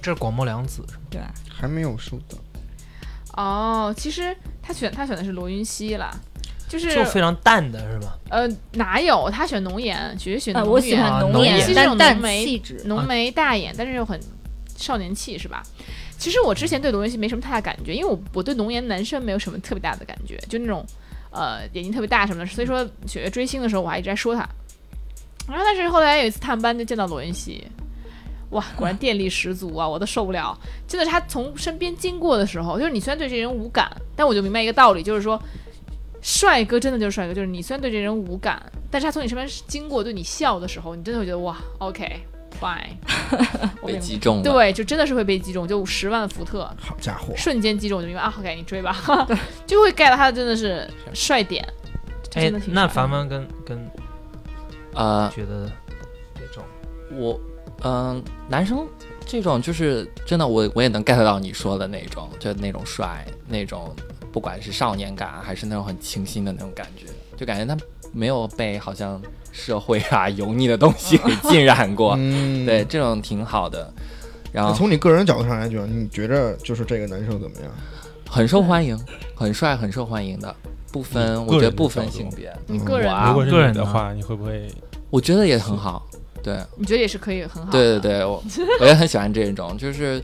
S5: 这是广末凉子，
S3: 对吧？
S2: 还没有收到。
S1: 哦，其实他选他选的是罗云熙啦，就是
S5: 就非常淡的是吧？
S1: 呃哪有他选浓颜，雪雪选
S3: 呃，
S1: 浓
S3: 我喜
S1: 颜
S5: 啊
S3: 欢
S5: 浓
S3: 颜
S5: 颜，
S1: 是
S3: 但
S1: 那种
S3: 淡
S1: 浓眉
S3: 气质，
S1: 浓眉大眼，但是又很少年气，是吧？其实我之前对龙岩熙没什么太大感觉，因为我我对浓颜男生没有什么特别大的感觉，就那种呃眼睛特别大什么的。所以说雪月追星的时候，我还一直在说他。然后但是后来有一次探班就见到罗云熙，哇，果然电力十足啊，我都受不了。真的是他从身边经过的时候，就是你虽然对这人无感，但我就明白一个道理，就是说。帅哥真的就是帅哥，就是你虽然对这人无感，但是他从你身边经过，对你笑的时候，你真的会觉得哇，OK，fine，、我
S6: 被
S1: 明白
S6: 击中了。
S1: 对，就真的是会被击中，就十万伏特，
S2: 好家伙，
S1: 瞬间击中，我就明白啊，OK，你追吧，就会 get 到他的真的是帅点。这
S5: 哎
S1: 真的，挺
S5: 那
S1: 帅
S5: 凡凡跟跟
S6: 呃，
S5: 觉得这种
S6: 我嗯、男生这种就是真的我，我也能 get 到你说的那种，就那种帅，那种不管是少年感还是那种很清新的那种感觉，就感觉他没有被好像社会啊油腻的东西给浸染过。
S2: 嗯，
S6: 对，。这种挺好的，然
S2: 那
S6: 后
S2: 从你个人角度上来讲，你觉着就是这个男生怎么样？
S6: 很受欢迎，很帅，很受欢迎的。不
S7: 你
S6: 分，
S7: 个
S6: 我觉得
S7: 人的
S6: 不分
S7: 角度
S6: 性别，
S1: 你个人
S6: 我啊
S7: 如果是
S5: 个人
S7: 你的
S5: 呢
S7: 话，你会不会
S6: 我觉得也很好。对，
S1: 你觉得也是可以很好。
S6: 对对，对，我我也很喜欢这种，就是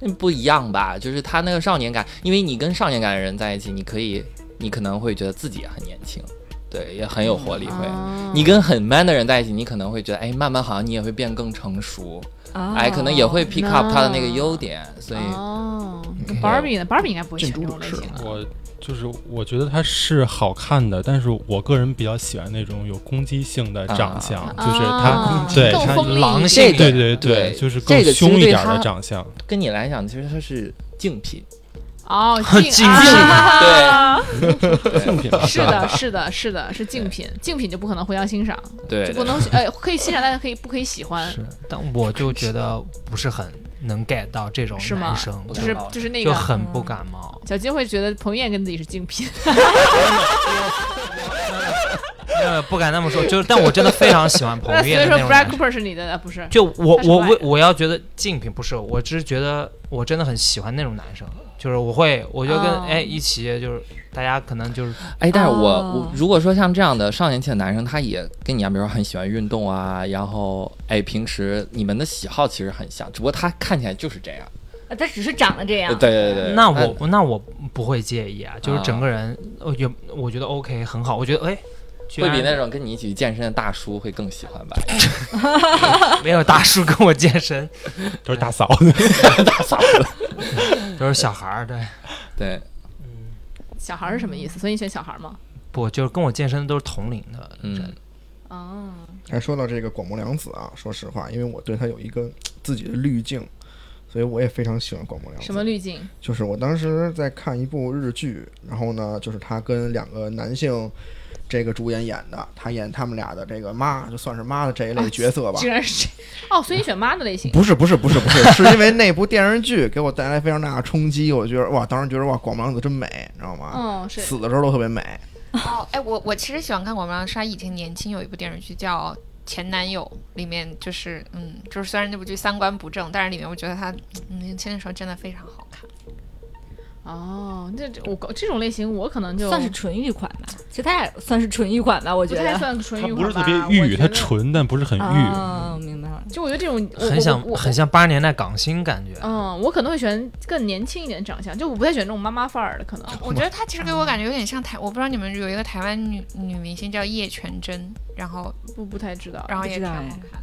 S6: 嗯不一样吧，就是他那个少年感，因为你跟少年感的人在一起，你可以，你可能会觉得自己也很年轻，对，也很有活力会。
S1: 啊
S6: 你跟很 man 的人在一起，你可能会觉得，哎，慢慢好像你也会变更成熟，
S3: 哦
S6: 哎，可能也会 pick up
S1: 那
S6: 他的那个优点，所以，
S1: 哦那，Barbie 呢？Barbie 应该不会选
S2: 进
S1: 这
S2: 猪
S1: 种
S2: 肚
S1: 类
S2: 吃
S1: 型的。
S7: 我就是我觉得他是好看的，但是我个人比较喜欢那种有攻击性的长相，
S6: 啊
S7: 就是他，
S1: 啊
S7: 对
S1: 更
S7: 他
S1: 锋利一
S5: 狼
S1: 点
S5: 性
S7: 对对
S6: 对
S7: 就是
S6: 这
S7: 更
S6: 个其实
S7: 凶一
S6: 对
S7: 点的
S6: 他
S7: 长相。
S6: 跟你来讲，其实他是竞品，
S1: 哦，竞
S5: 竞
S1: [laughs] 啊
S7: 竞品
S1: 是的，是的，是的，是竞品，竞品就不可能互相欣赏，
S6: 对，
S1: 就
S6: 对
S1: 不能呃可以欣赏，但是可以不可以喜欢？
S5: 是，呃但我就觉得不是很能 get 到这种
S1: 是吗
S5: 男生，
S6: 不
S1: 就
S6: 感
S1: 是
S6: 冒
S1: 就是那
S5: 就
S1: 个嗯
S5: 很不感冒。
S1: 小金会觉得彭于晏跟自己是竞品，
S5: 呃，不敢那
S1: [laughs]
S5: 么说，就是，但我真的非常喜欢彭
S1: 那所以
S5: 于晏的
S1: 说
S5: 那种
S1: Brad
S5: 男生。
S1: Cooper 是你的，呃不是？
S5: 就我
S1: 他是
S5: 我
S1: 外
S5: 为
S1: 的
S5: 我要觉得竞品不是，我只是觉得我真的很喜欢那种男生，就是我会，我就跟
S1: 哦
S5: 哎一起，就是大家可能就是
S6: 哎，但是我、
S3: 哦
S6: 我如果说像这样的上年纪的男生，他也跟你一样，啊比如说很喜欢运动啊，然后哎，平时你们的喜好其实很像，只不过他看起来就是这样。
S3: 呃他只是长得这样
S6: 对，对对，
S5: 那
S6: 哎
S5: 我那我不会介意啊，就是
S6: 啊
S5: 整个人呃也我觉得 OK 很好，我觉得哎，居
S6: 会
S5: 然
S6: 比那种跟你一起去健身的大叔会更喜
S3: [laughs]
S6: 欢吧？
S5: 没有大叔跟我健
S6: [laughs]
S5: 身，
S7: 都是大嫂。
S6: 大嫂子，
S5: 都是小孩儿，对，
S6: 对，
S1: 小孩儿是什么意思？所以你选小孩儿吗？
S5: 不就是跟我健身的都是同龄的人
S6: 嗯，，
S1: 哦，
S2: 还说到这个广木凉子啊，说实话，因为我对她有一个自己的滤镜，所以我也非常喜欢广木凉子。
S1: 什么滤镜？
S2: 就是我当时在看一部日剧，然后呢，就是他跟两个男性这个主演演的，他演他们俩的这个妈，就算是妈的这一
S1: 啊
S2: 类角色吧
S1: 居。然是这哦，所以你选妈的类型。
S2: 不是不是不是不是，是因为那部电视剧给我带来非常大的冲击，我觉得哇，当时觉得哇，广木凉子真美，你知道吗？
S1: 嗯，是
S2: 死的时候都特别美。
S4: 哦，哎，我我其实喜欢看广播是他以前年轻有一部电视剧叫《前男友》，里面就是嗯，就是虽然那部剧三观不正，但是里面我觉得他嗯年轻的时候真的非常好看。
S1: 哦，那这我这种类型我可能就
S3: 算是纯欲款吧。其实他也算是纯欲款吧，我
S1: 不
S3: 觉
S1: 太
S3: 得。
S1: 算纯
S7: [laughs] 他
S1: 欲
S7: 不是
S1: 吧
S7: 特别
S1: 我觉
S7: 欲，他
S1: 得
S7: 纯但不是很欲。
S3: 哦，明白了。
S1: 就我觉得这种我
S5: 很想
S1: 我我
S5: 很像八十年代港星感觉，
S1: 嗯，我可能会选更年轻一点的长相，就我不太喜欢这种妈妈范儿的，可能
S4: 我觉得他其实给
S1: 嗯
S4: 我感觉有点像台，我不知道你们有一个台湾女女明星叫叶全真，然后
S1: 不啊不太知道。
S4: 然后也
S3: 不知
S4: 挺
S3: 道
S4: 好
S3: 哎
S4: 看。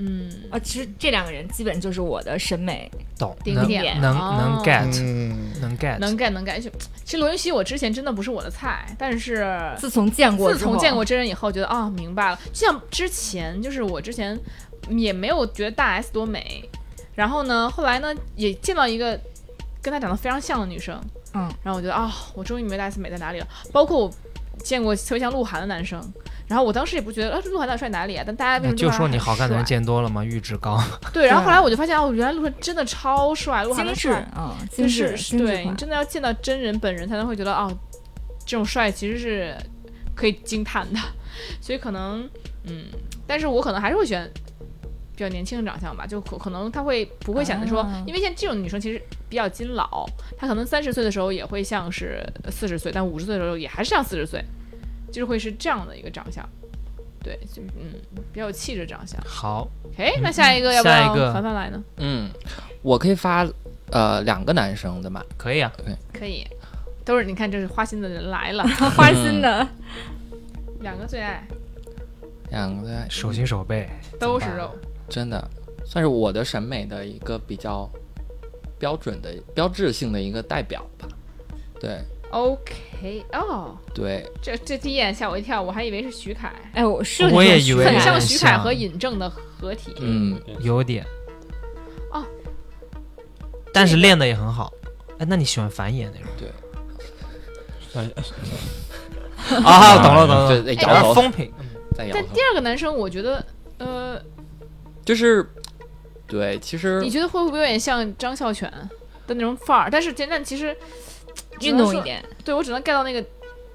S1: 嗯，
S3: 啊，其实这两个人基本就是我的审美。
S5: 懂
S1: 顶
S5: 能
S1: 点
S5: 能
S1: 哦
S5: 能 get
S2: 嗯，
S5: 能 get
S1: 能 get 能 get 就。其实罗云熙我之前真的不是我的菜，但是
S3: 自从见过，
S1: 自从见过，真人以后，觉得啊、明白了。就像之前，就是我之前也没有觉得大 S 多美，然后呢，后来呢也见到一个跟她长得非常像的女生，
S3: 嗯，
S1: 然后我觉得啊、我终于明白大 S 美在哪里了。包括我见过特别像鹿晗的男生，然后我当时也不觉得啊，这鹿晗到底帅哪里啊？但大家为
S5: 那
S1: 什么觉
S5: 就
S1: 得
S5: 说
S1: 他
S5: 你好看的人
S1: 帅
S5: 见多了嘛，阈值高。 [laughs]
S1: 对，然后后来我就发现哦，原来鹿晗真的超帅，鹿晗
S3: 啊
S1: 的
S3: 精致
S1: 帅
S3: 啊，精
S1: 就
S3: 致，
S1: 是
S3: 精致
S1: 对你
S3: 款
S1: 真的要见到真人本人才能会觉得哦，这种帅其实是可以惊叹的，所以可能嗯，但是我可能还是会选比较年轻的长相吧，就可可能他会不会想着说，
S3: 啊
S1: 因为像这种女生其实比较金老，她可能三十岁的时候也会像是四十岁，但五十岁的时候也还是像四十岁，就是会是这样的一个长相。对，就嗯，比较有气质长相。
S5: 好，
S1: 哎，
S3: 嗯
S1: 那下一个要不
S5: 下一
S1: 要
S5: 个
S1: 凡凡来呢？
S6: 嗯，我可以发呃两个男生的嘛，
S5: 可以啊，
S1: 可以，都是你看，这是花心的人来了，
S3: 花心的，
S1: 两个最爱
S6: 两个
S5: 手心手背，
S1: 都是肉。
S6: 真的算是我的审美的一个比较标准的标志性的一个代表吧。对
S1: OK，哦，
S6: 对，
S1: 这这第一眼吓我一跳，我还以为是徐凯，
S3: 哎，我是有
S5: 我
S3: 这
S5: 也
S3: 种
S5: 以
S3: 氛
S5: 为
S1: 很
S5: 有
S3: 围
S5: 点
S1: 像徐凯
S5: 像
S1: 和尹正的合体。
S6: 嗯，
S5: 有点
S1: 哦，
S5: 但是练的也很好。哎，那你喜欢繁衍那种？
S7: 哎
S1: [laughs]
S5: 啊，懂了懂了，
S6: 对，嗯在
S5: 然
S6: 摇
S5: 后
S6: 头，
S5: 风评，
S6: 在摇
S1: 但
S6: 头
S1: 第，二个男生，我觉得，呃，
S6: 就是对，其实
S1: 你觉得会不会有点像张孝全的那种范儿？但是简但其实
S3: 运动一，点，
S1: 只能说对我只能 get 到那个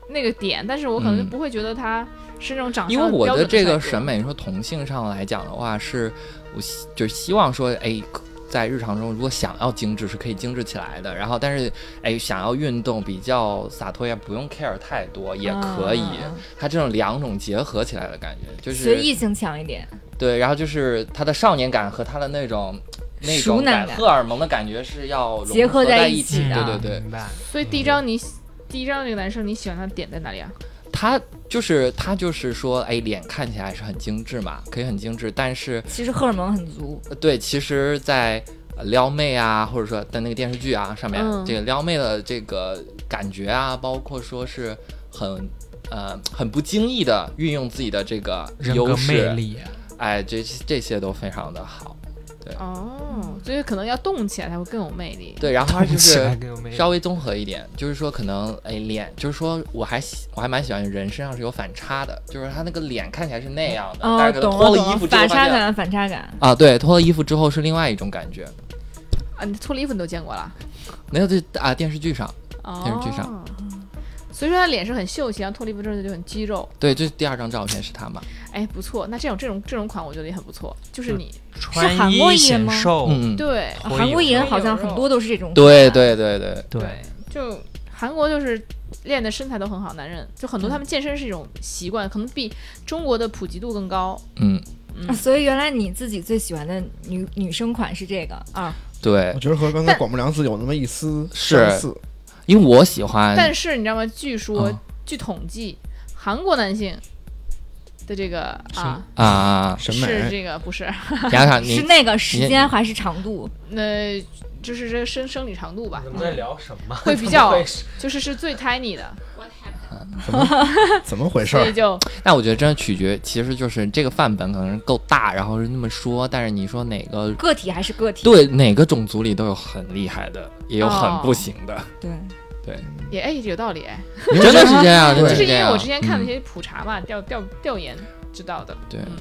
S1: 那个点，但是我可能就
S6: 嗯
S1: 不会觉得他是那种长相
S6: 因为我
S1: 标
S6: 的
S1: 准
S6: 这
S1: 帅
S6: 个
S1: 哥
S6: 审美，说同性上来讲的话，是我希就是希望说，哎，在日常中如果想要精致是可以精致起来的，然后但是哎想要运动比较洒脱也不用 care 太多也可以，
S3: 啊
S6: 它这种两种结合起来的感觉，就是
S3: 随意性强一点，
S6: 对，然后就是他的少年感和他的那种。那
S3: 熟
S6: 种
S3: 男
S6: 感
S3: 感
S6: 荷尔蒙的感觉是要融
S3: 结合
S6: 合
S3: 在
S6: 在
S3: 一
S6: 起
S3: 起啊
S6: 对
S3: 的
S6: 对对，
S5: 嗯明白。
S1: 所以第一张你第一张这个男生你喜欢他的点在哪里啊？
S6: 他就是他就是说，哎，脸看起来是很精致嘛，可以很精致，但是
S3: 其实荷尔蒙很足，
S6: 呃对，其实在，呃撩妹啊，或者说在那个电视剧啊上面，
S1: 嗯
S6: 这个撩妹的这个感觉啊，包括说是很呃很不经意的运用自己的这个
S5: 人格
S6: 优势
S5: 魅，力，啊
S6: 哎，这这些都非常的好。
S3: 嗯
S1: 哦，所以可能要动起来才会更有魅力。
S6: 对，
S5: [laughs]
S6: 然后它就
S5: 起来
S6: 是
S5: 更有魅力。
S6: 稍微综合一点，就是说可能哎脸，就是说我还喜我还蛮喜欢人身上是有反差的，就是他那个脸看起来是那样的，但
S3: 哦，
S6: 是可能
S3: 懂
S6: 脱
S3: 了
S6: 了
S3: 懂
S6: 衣
S3: 了
S6: 服，之后
S3: 反
S6: 发
S3: 差
S6: 现。
S3: 感，反差感，
S6: 啊，对，脱了衣服之后是另外一种感觉，
S1: 啊，你脱了衣服你都见过了？
S6: 没有这啊电视剧上，
S1: 哦
S6: 电视剧上
S1: 所以说他脸是很秀气，然后脱离不正就很肌肉。
S6: 对，这第二张照片是他嘛？
S1: 哎，不错，那这种这种这种款我觉得也很不错，就是
S5: 嗯
S1: 你
S3: 是
S5: 穿
S3: 韩国
S5: 衣
S3: 艺人
S5: 显
S3: 吗
S5: 瘦，
S6: 嗯，
S1: 对
S5: 我
S3: 韩国
S5: 以
S3: 艺人
S1: 为
S3: 好
S1: 有
S3: 像很
S1: 肉
S3: 多都是这种。
S6: 对对对对，
S5: 对，
S1: 就韩国就是练的身材都很好，男人就很
S6: 嗯
S1: 多他们健身是一种习惯，可能比中国的普及度更高。
S6: 嗯
S1: 嗯
S3: 所以原来你自己最喜欢的女女生款是这个，
S6: 对
S2: 我，觉得和刚才
S1: 但
S2: 广木凉子有那么一丝
S6: 是
S2: 相似。
S6: 因为我喜欢，
S1: 但是你知道吗？据说、
S6: 嗯
S1: 据统计，韩国男性的这个啊
S3: [laughs]
S6: 啊，
S2: 审
S1: 是
S2: 美
S1: 这个不是，
S6: 杨洋
S3: 是
S6: 你
S3: 那个时
S6: 你
S3: 间还是长度？
S1: 那就是这个生生理长度吧，
S5: 聊什么？
S1: 会比
S6: [laughs]
S1: 较就是是最 tiny 的，
S2: 怎么回事
S1: 所以
S2: 儿？
S1: 就
S6: 那我觉得真的取决，其实就是这个范本可能够大，然后是那么说，但是你说哪个
S3: 个体还是个体？
S6: 对哪个种族里都有很厉害的，也有很
S1: 哦
S6: 不行的，
S3: 对，
S1: 也哎有道理哎，
S2: 你
S6: 真
S2: 们
S6: 的是这样，
S2: 对
S6: 真的
S1: 就是因
S6: 这
S1: 为
S5: 啊
S6: 样。
S1: 我之前看了一
S6: 嗯
S1: 些普查嘛，调调调研知道的。
S6: 对，
S1: 嗯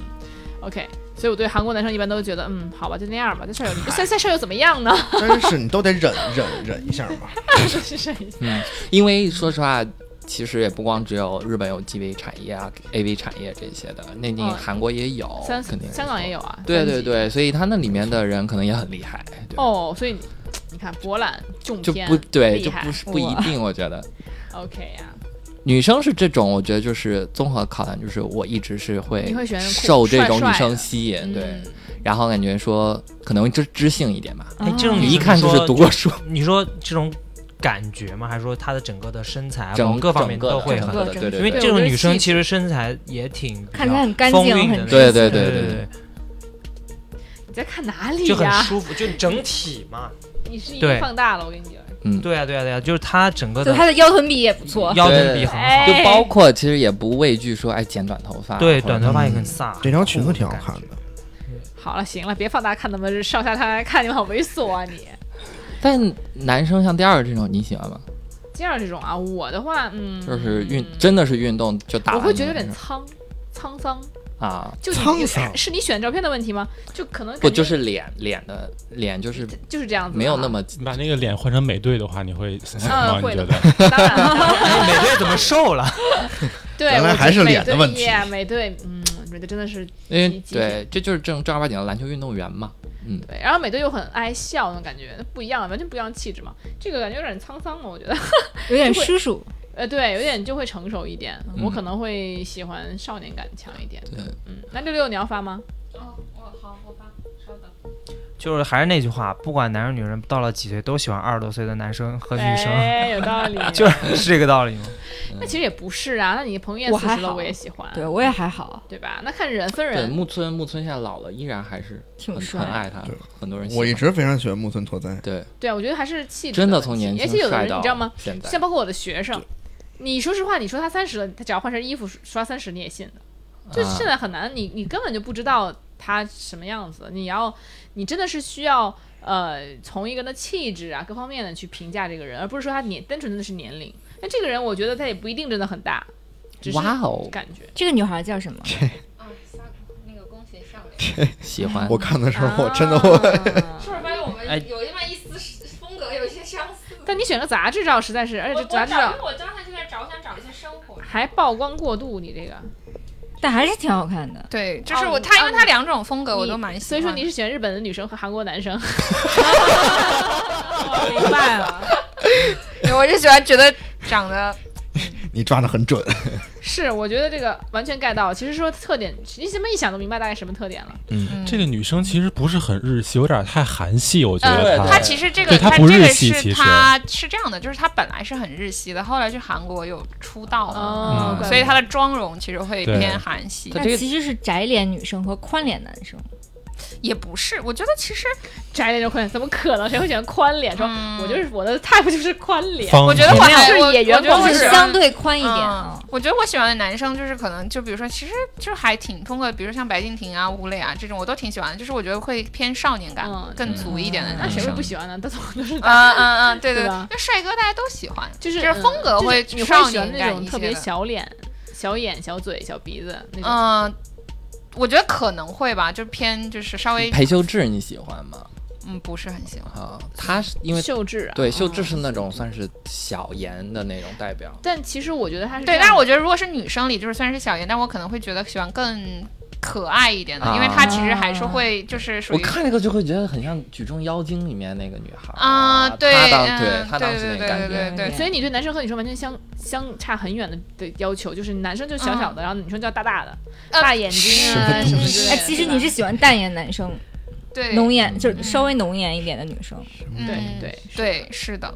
S1: ，OK，所以我对韩国男生一般都觉得，嗯，好吧，就那样吧，这事儿有，
S6: 哎
S1: 这这事儿又怎么样呢？ [laughs]
S2: 真是你都得忍忍忍一下吧。
S1: 是谁？
S6: 哦因为说实话，其实也不光只有日本有 GV 产业啊、AV 产业这些的，那你
S1: 嗯
S6: 韩国也有，
S1: 香
S6: 肯定
S1: 香港也有
S6: 有。
S1: 啊。
S6: 对
S1: 三
S6: 对
S1: 级。
S6: 对，所以他那里面的人可能也很厉害，对，
S1: 哦，所以你你看博览众
S6: 就
S1: 偏
S6: 不对，
S1: 厉
S6: 就
S1: 害
S6: 不是不一
S3: 哇
S6: 定，我觉得。
S1: ，OK 呀、
S6: 女生是这种，我觉得就是综合考量，就是我一直是会
S1: 你会喜欢酷
S6: 受这种
S1: 帅帅
S6: 女
S1: 的
S6: 生吸引，
S1: 嗯
S6: 对，然后感觉说可能知知性一点吧，
S3: 哦
S5: 哎，这种
S6: 你
S5: 你
S6: 一看就
S5: 说
S6: 是读过书，
S5: 你说这种感觉吗？还是说她的整个的身材啊，包括
S6: 整
S5: 各方面
S6: 整个
S5: 都会
S6: 整
S5: 很
S6: 个
S3: 好
S6: 的，
S3: 整
S6: 对
S3: 个
S6: 对
S5: 因为
S6: 对
S5: 这
S1: 我
S5: 种
S1: 觉得
S5: 女生
S1: 气
S5: 其实身材也挺
S3: 看起来很干
S5: 风
S3: 净，
S5: 韵的
S3: 很
S5: 那
S6: 对
S3: 对
S6: 对
S5: 对
S6: 对
S5: 对
S1: 你在看哪里
S5: 就很
S1: 呀、
S5: 舒服，就整体嘛。
S1: 你是一
S5: 对
S1: 放大了，我跟你讲。
S5: 对啊，对啊，对啊，就是她整个
S3: 就
S5: 的
S3: 她的腰臀比也不错。
S5: 腰臀
S6: 对
S5: 比很好，
S1: 哎
S6: 就包括其实也不畏惧说哎剪短头发，
S5: 对，
S6: 或者
S5: 短头发也很飒。
S2: [laughs] 嗯这条裙子挺好看的，
S1: 好了，行了，别放大看他们上下他看你们好猥琐啊你！ [laughs]
S6: 但男生像第二个这种你喜欢吗？
S1: 这样这种啊，我的话，嗯，
S6: 就是运真的是运动就打
S1: 我
S6: 篮球那
S1: 会觉得有
S6: 种，
S1: 点沧沧桑，
S6: 啊，
S1: 就你
S2: 沧桑
S1: 是你选照片的问题吗？就可能
S6: 不
S1: 感觉
S6: 就是脸脸的脸就是
S1: 就是啊这样子，
S6: 没有那。么
S7: 你把那个脸换成美队的话，你会喜
S1: 嗯
S7: 欢吗？
S1: 会
S7: 你
S1: 的
S7: 觉得？
S1: 当然
S6: [laughs]
S1: 了，
S5: 哎美队怎么瘦了？ [laughs]
S1: 对，
S2: 原来
S1: 我觉
S2: 还是
S1: 得美
S2: 脸的
S1: 队
S2: 问题
S1: 呀美队，嗯，美队真的是
S6: 因为
S1: 极极
S6: 对，这就是正正儿八经的篮球运动员嘛，嗯，
S1: 对，然后美队又很爱笑那种感觉，不一样，完全不一样气质嘛。这个感觉有点沧桑了，我觉得。 [laughs]
S3: 有点
S1: 就会
S3: 叔叔，
S1: 呃，对，有点就会成熟一点，
S6: 嗯
S1: 我可能会喜欢少年感强一点。
S6: 对，
S1: 嗯，那六六你要发吗？
S5: 就是还是那句话，不管男人女人，到了几岁都喜欢二十多岁的男生和女生，
S1: 哎，有道
S2: [laughs]
S1: 理。
S5: [laughs] 就是是这个道理吗？
S1: 那其实也不是啊，那你彭于晏
S3: 我
S1: 四
S3: 还
S1: 十了，
S3: 好
S1: 我也喜欢，
S3: 对我也还好，
S1: 对吧？那看人分
S6: 对，
S1: 人。
S6: 木村木村现在老了，依然还是
S3: 挺
S6: 很
S3: 帅
S6: 很爱他
S2: 对，
S6: 很多人喜欢
S2: 我一直非常喜欢木村拓哉。
S6: 对，
S1: 对，我觉得还是气质
S6: 真
S1: 的
S6: 的
S1: 问
S6: 从
S1: 题
S6: 年
S1: 而
S6: 轻
S1: 且有的
S6: 帅
S1: 人
S6: 到
S1: 你知道吗？
S6: 现在
S1: 像包括我的学生，你说实话，你说他三十了，他只要换身衣服刷三十你也信的。就是
S6: 啊
S1: 现在很难，你你根本就不知道他什么样子，你要你真的是需要呃从一个人的气质啊各方面的去评价这个人，而不是说他年单纯的是年龄。那这个人我觉得他也不一定真的很大，只是
S6: 哇哦，
S1: 感
S6: [laughs]
S1: 觉。
S3: 这个女孩叫什么？
S4: 那个恭喜上啊
S1: [laughs]
S4: 面。
S6: 喜欢
S2: 我看的时候，我真的我
S1: 啊
S4: 是不是发现我
S5: 哎
S4: 们有那么一丝风格有一些相似？
S1: [laughs] 但你选个杂志照实在是，而且
S4: 我
S1: 这
S4: 我
S1: 杂志
S4: 找，因
S1: 照
S4: 为我刚才就在找，我想找一些生活。
S1: 还曝光过度，你这个。
S3: 但还是挺好看的。
S4: 对，就是
S1: 哦
S4: 我
S1: 你
S4: 他，因为
S1: 哦
S4: 他
S1: 你
S4: 两种风格我
S1: 你
S4: 都蛮喜欢。
S1: 所以说你是喜欢日本的女生和韩国男生。我明白了，
S4: 是， [laughs] 我就喜欢觉得长得
S2: [laughs] 你抓的很准，
S1: 嗯是，我觉得这个完全 get 到。其实说特点，你怎么一想都明白大概什么特点了。
S4: 嗯
S7: 这个女生其实不是很日系，有点太韩系，我觉
S6: 对对
S7: 得她。
S4: 他其实这个
S7: 对他
S4: 他
S7: 不
S4: 这
S7: 日
S4: 个
S7: 系其
S4: 是
S7: 实
S4: 他是这样的，就是他本来是很日系的，后来去韩国有出道嘛，
S1: 哦，
S6: 嗯
S1: 怪不
S4: 所以
S1: 得
S4: 他的妆容其实会
S7: 对
S4: 偏韩系
S6: 他，
S3: 那
S6: 这个
S3: 其实是窄脸女生和宽脸男生。
S4: 也不是。我觉得其实嗯
S1: 宅脸就宽，怎么可能？谁会喜欢宽脸？说我就是我的 type 就是宽脸。
S7: 方
S4: 我觉得我
S1: 没有
S4: 还
S1: 就是
S4: 我
S1: 演员
S4: 我觉得
S1: 风
S4: 我
S1: 格
S3: 是
S4: 喜欢
S3: 相对宽一点
S4: 嗯
S3: 啊。
S1: 哦
S4: 我觉得我喜欢的男生就是可能就比如说，其实就还挺通过，比如像白敬亭啊、吴磊啊这种，我都挺喜欢的。就是我觉得会偏少年感
S1: 嗯
S4: 更足一点的
S1: 那
S4: 男
S1: 谁
S4: 生。
S1: 会不喜欢呢？他总都 [laughs] 是
S4: 嗯嗯嗯， [laughs] 对
S1: 啊对
S4: 对，
S1: 吧
S4: 那帅哥大家都喜欢，
S1: 就是
S4: 是风格
S1: 嗯
S4: 会
S1: 就是你
S4: 少
S1: 喜欢那
S4: 年感
S1: 种
S4: 一
S1: 特
S4: 些
S1: 别
S4: 的。
S1: 小脸、小眼、小嘴、小鼻子那种。
S4: 嗯嗯，我觉得可能会吧，就偏就是稍微
S6: 裴秀智你喜欢吗？
S4: 嗯，不是很喜欢。
S6: 啊、他是因为
S1: 秀智啊。
S6: 对秀智是那种算是小颜的那种代表，
S1: 但其实我觉得他是
S4: 对，
S1: 这
S4: 但
S1: 样
S4: 是我
S1: 的
S4: 觉得如果是女生里，就是虽然是小颜，但我可能会觉得喜欢更可爱一点的，因为她其实
S1: 啊
S4: 还是会就是
S6: 啊
S4: 属
S6: 我
S4: 于。
S6: 看那个就会觉得很像《举重妖精》里面那个女孩
S4: 啊对
S6: 她当
S4: 嗯
S6: 对她当
S4: 对
S6: 时那
S4: 对
S6: 个感
S4: 对对
S6: 觉，
S4: 对
S1: 所以你对男生和女生完全相相差很远的的要求，就是男生就小小的，然后女生就要大大的，
S4: 呃
S1: 大眼睛啊什
S4: 什
S1: 么
S4: 么东
S1: 之类
S4: 西
S3: 嗯哎，
S1: 的。
S3: 其实
S1: 对吧
S3: 你是喜欢淡颜男生，
S4: 对，
S3: 浓颜就是稍微浓颜一点的女生。
S4: 嗯
S1: 对对
S4: 对，是的，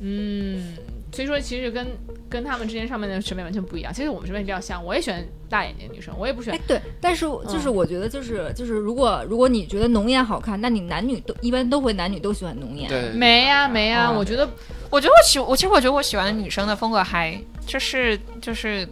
S1: 嗯，所以说其实跟跟他们之间上面的审美完全不一样。其实我们审美比较像，我也喜欢大眼睛的女生，我也不喜欢
S3: 哎，对，但是
S1: 嗯
S3: 就是我觉得就是就是，如果如果你觉得浓颜好看，那你男女都一般都会男女都喜欢浓颜。
S6: 对
S1: 没呀、没呀、
S3: 哦
S6: 啊
S1: 我觉得
S4: 我觉得我喜，我其实我觉得我喜欢的女生的风格还就是就是。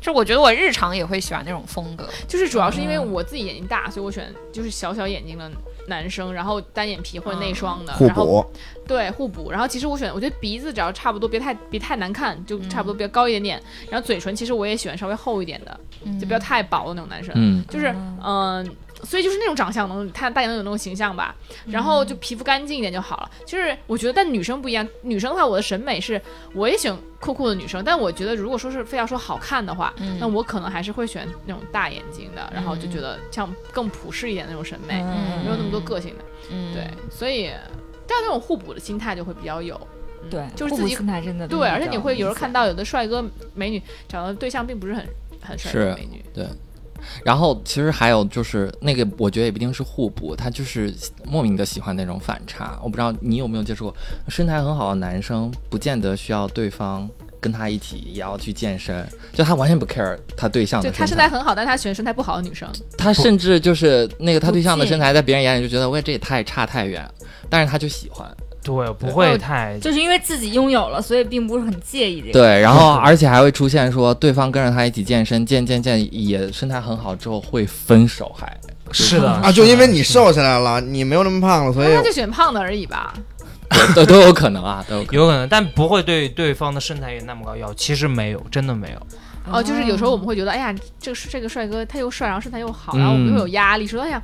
S4: 就我觉得我日常也会喜欢那种风格，
S1: 就是主要是因
S3: 嗯
S1: 为我自己眼睛大，所以我选就是小小眼睛的男生，然后单眼皮或者内
S3: 嗯
S1: 双的，
S2: 互
S1: 然后
S2: 补，
S1: 对互补。然后其实我选，我觉得鼻子只要差不多，别太别太难看，就差不多比较高一点点。然后嘴唇其实我也喜欢稍微厚一点的，就不要太薄的那种男生。
S6: 嗯
S1: 就是嗯、所以就是那种长相能看大家能有那种形象吧，然后就皮肤干净一点就好了。就是我觉得，但女生不一样，女生的话，我的审美是我也喜欢酷酷的女生，但我觉得如果说是非要说好看的话，
S4: 嗯
S1: 那我可能还是会选那种大眼睛的，然后就觉得像更普适一点的那种审美，
S3: 嗯
S1: 哎没有那么多个性的。
S4: 嗯，
S1: 对，所以但那种互补的心态就会比较有，嗯
S3: 对，
S1: 就是
S3: 互
S1: 自
S3: 补
S1: 己
S3: 心态真的
S1: 对，而且你会有时候看
S3: 到，
S1: 到有的帅哥美女找的对象并不是很很帅
S6: 是
S1: 的美女，
S6: 然后其实还有就是那个，我觉得也不一定是互补，他就是莫名的喜欢那种反差。我不知道你有没有接触过，身材很好的男生，不见得需要对方跟他一起也要去健身，就他完全不 care 他对象
S1: 就
S6: 的
S1: 他身
S6: 身
S1: 材
S6: 材，
S1: 很好，但是他喜欢身材不好的女生。
S6: 他甚至就是那个他
S3: 不
S6: 对象的
S3: 介
S6: 身材，在别人眼里就觉得喂这也太差太远，但是他就喜欢。
S5: 对，不
S3: 哦
S5: 会太
S3: 就是因为自己拥有了，所以并不是很介意这个。
S6: 对，然后
S2: [laughs]
S5: 是
S6: 而且还会出现说对方跟着他一起健身，健健健也身材很好之后会分手还，
S5: 是的
S2: 啊，就因为你瘦下来了，你没有那么胖了，
S5: 哎
S2: 所以
S1: 啊他就喜欢胖的而已吧。
S6: 都都有可能啊，都有可能。
S5: 有可能，但不会对对方的身材有那么高要求。其实没有，真的没有。
S1: 哦，就是有时候
S3: 嗯
S1: 我们会觉得，哎呀，这个这个帅哥他又帅，然后身材又好，
S6: 嗯
S1: 然后我们又有压力，说哎呀，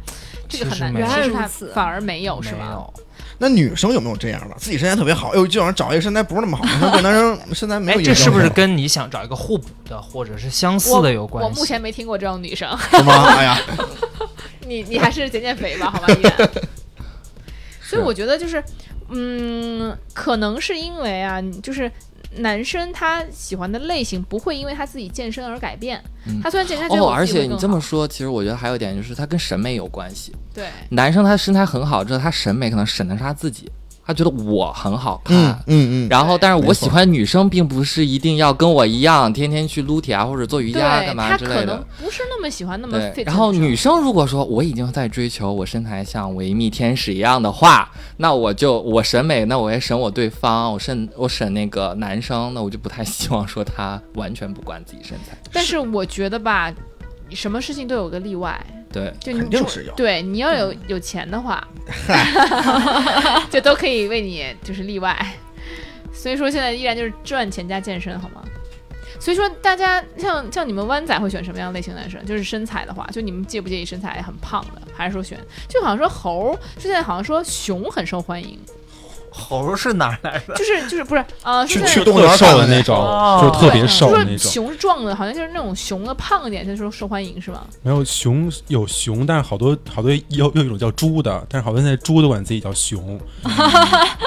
S1: 这个
S5: 其
S1: 很
S5: 实
S1: 难。
S5: 没有
S1: 其实
S3: 原来
S1: 他
S3: 如此
S1: 反而没有是
S5: 没
S1: 吗？
S5: 有，
S2: 那女生有没有这样的？自己身材特别好，哎呦，就想找一个身材不是那么好，的，对男生身材没
S5: 哎
S2: 有，一
S5: 这
S2: 个
S5: 是不
S2: 要
S5: 是
S2: 求
S5: 跟你想找一个互补的或者是相似的有关
S1: 我
S5: 系？
S1: 目前没听过这种女生，
S2: 是吗？哎呀，
S1: 你你还是减减肥吧，好吧，依
S6: [laughs]
S1: 然。所以我觉得就是，嗯，可能是因为啊，就是男生他喜欢的类型不会因为他自己健身而改变。
S6: 嗯
S1: 他虽然健身，他觉得
S6: 哦，
S1: 我
S6: 而
S1: 自己
S6: 且
S1: 会
S6: 你
S1: 更
S6: 这么
S1: 好
S6: 说，其实我觉得还有一点就是他跟审美有关系。
S1: 对，
S6: 男生他身材很好之后，他审美可能审的是他自己，他觉得我很好看。
S2: 嗯嗯嗯，
S6: 然后，但是我
S2: 没错
S6: 喜欢女生，并不是一定要跟我一样天天去撸铁啊，或者做瑜
S1: 对
S6: 伽啊，干嘛
S1: 他
S6: 之
S1: 可
S6: 类
S1: 能
S6: 的。
S1: 不是那么喜
S3: 嗯
S1: 欢那么 fit
S6: 对，
S1: 的
S6: 然后
S1: 生
S6: 女生如果说我已经在追求我身材像维密天使一样的话， [laughs] 那我就我审美，那我也审我对方，我审我审那个男生，那我就不太希望说他完全不管自己身材。
S1: 但是我觉得吧，什么事情都有个例外，
S6: 对，
S1: 就你
S2: 肯定
S1: 主
S2: 是有
S1: 对你要有有钱的话， [laughs] 就都可以为你就是例外。所以说现在依然就是赚钱加健身，好吗？所以说大家像像你们湾仔会选什么样类型男生？就是身材的话，就你们介不介意身材很胖的，还是说选就好像说猴儿，就现在好像说熊很受欢迎，
S5: 猴是哪儿来的？
S1: 就是就是不是呃，
S2: 去
S1: 现在
S2: 去
S1: 就
S2: 动物园
S7: 特瘦
S2: 看
S7: 的那
S2: 看
S7: 种，
S5: 哦
S7: 就是特别瘦的
S1: 说
S7: 那种。
S1: 熊壮的，好像就是那种熊的胖一点，就是说受欢迎是吗？
S7: 没有熊有熊，但是好多好多有有一种叫猪的，但是好多现在猪都管自己叫熊。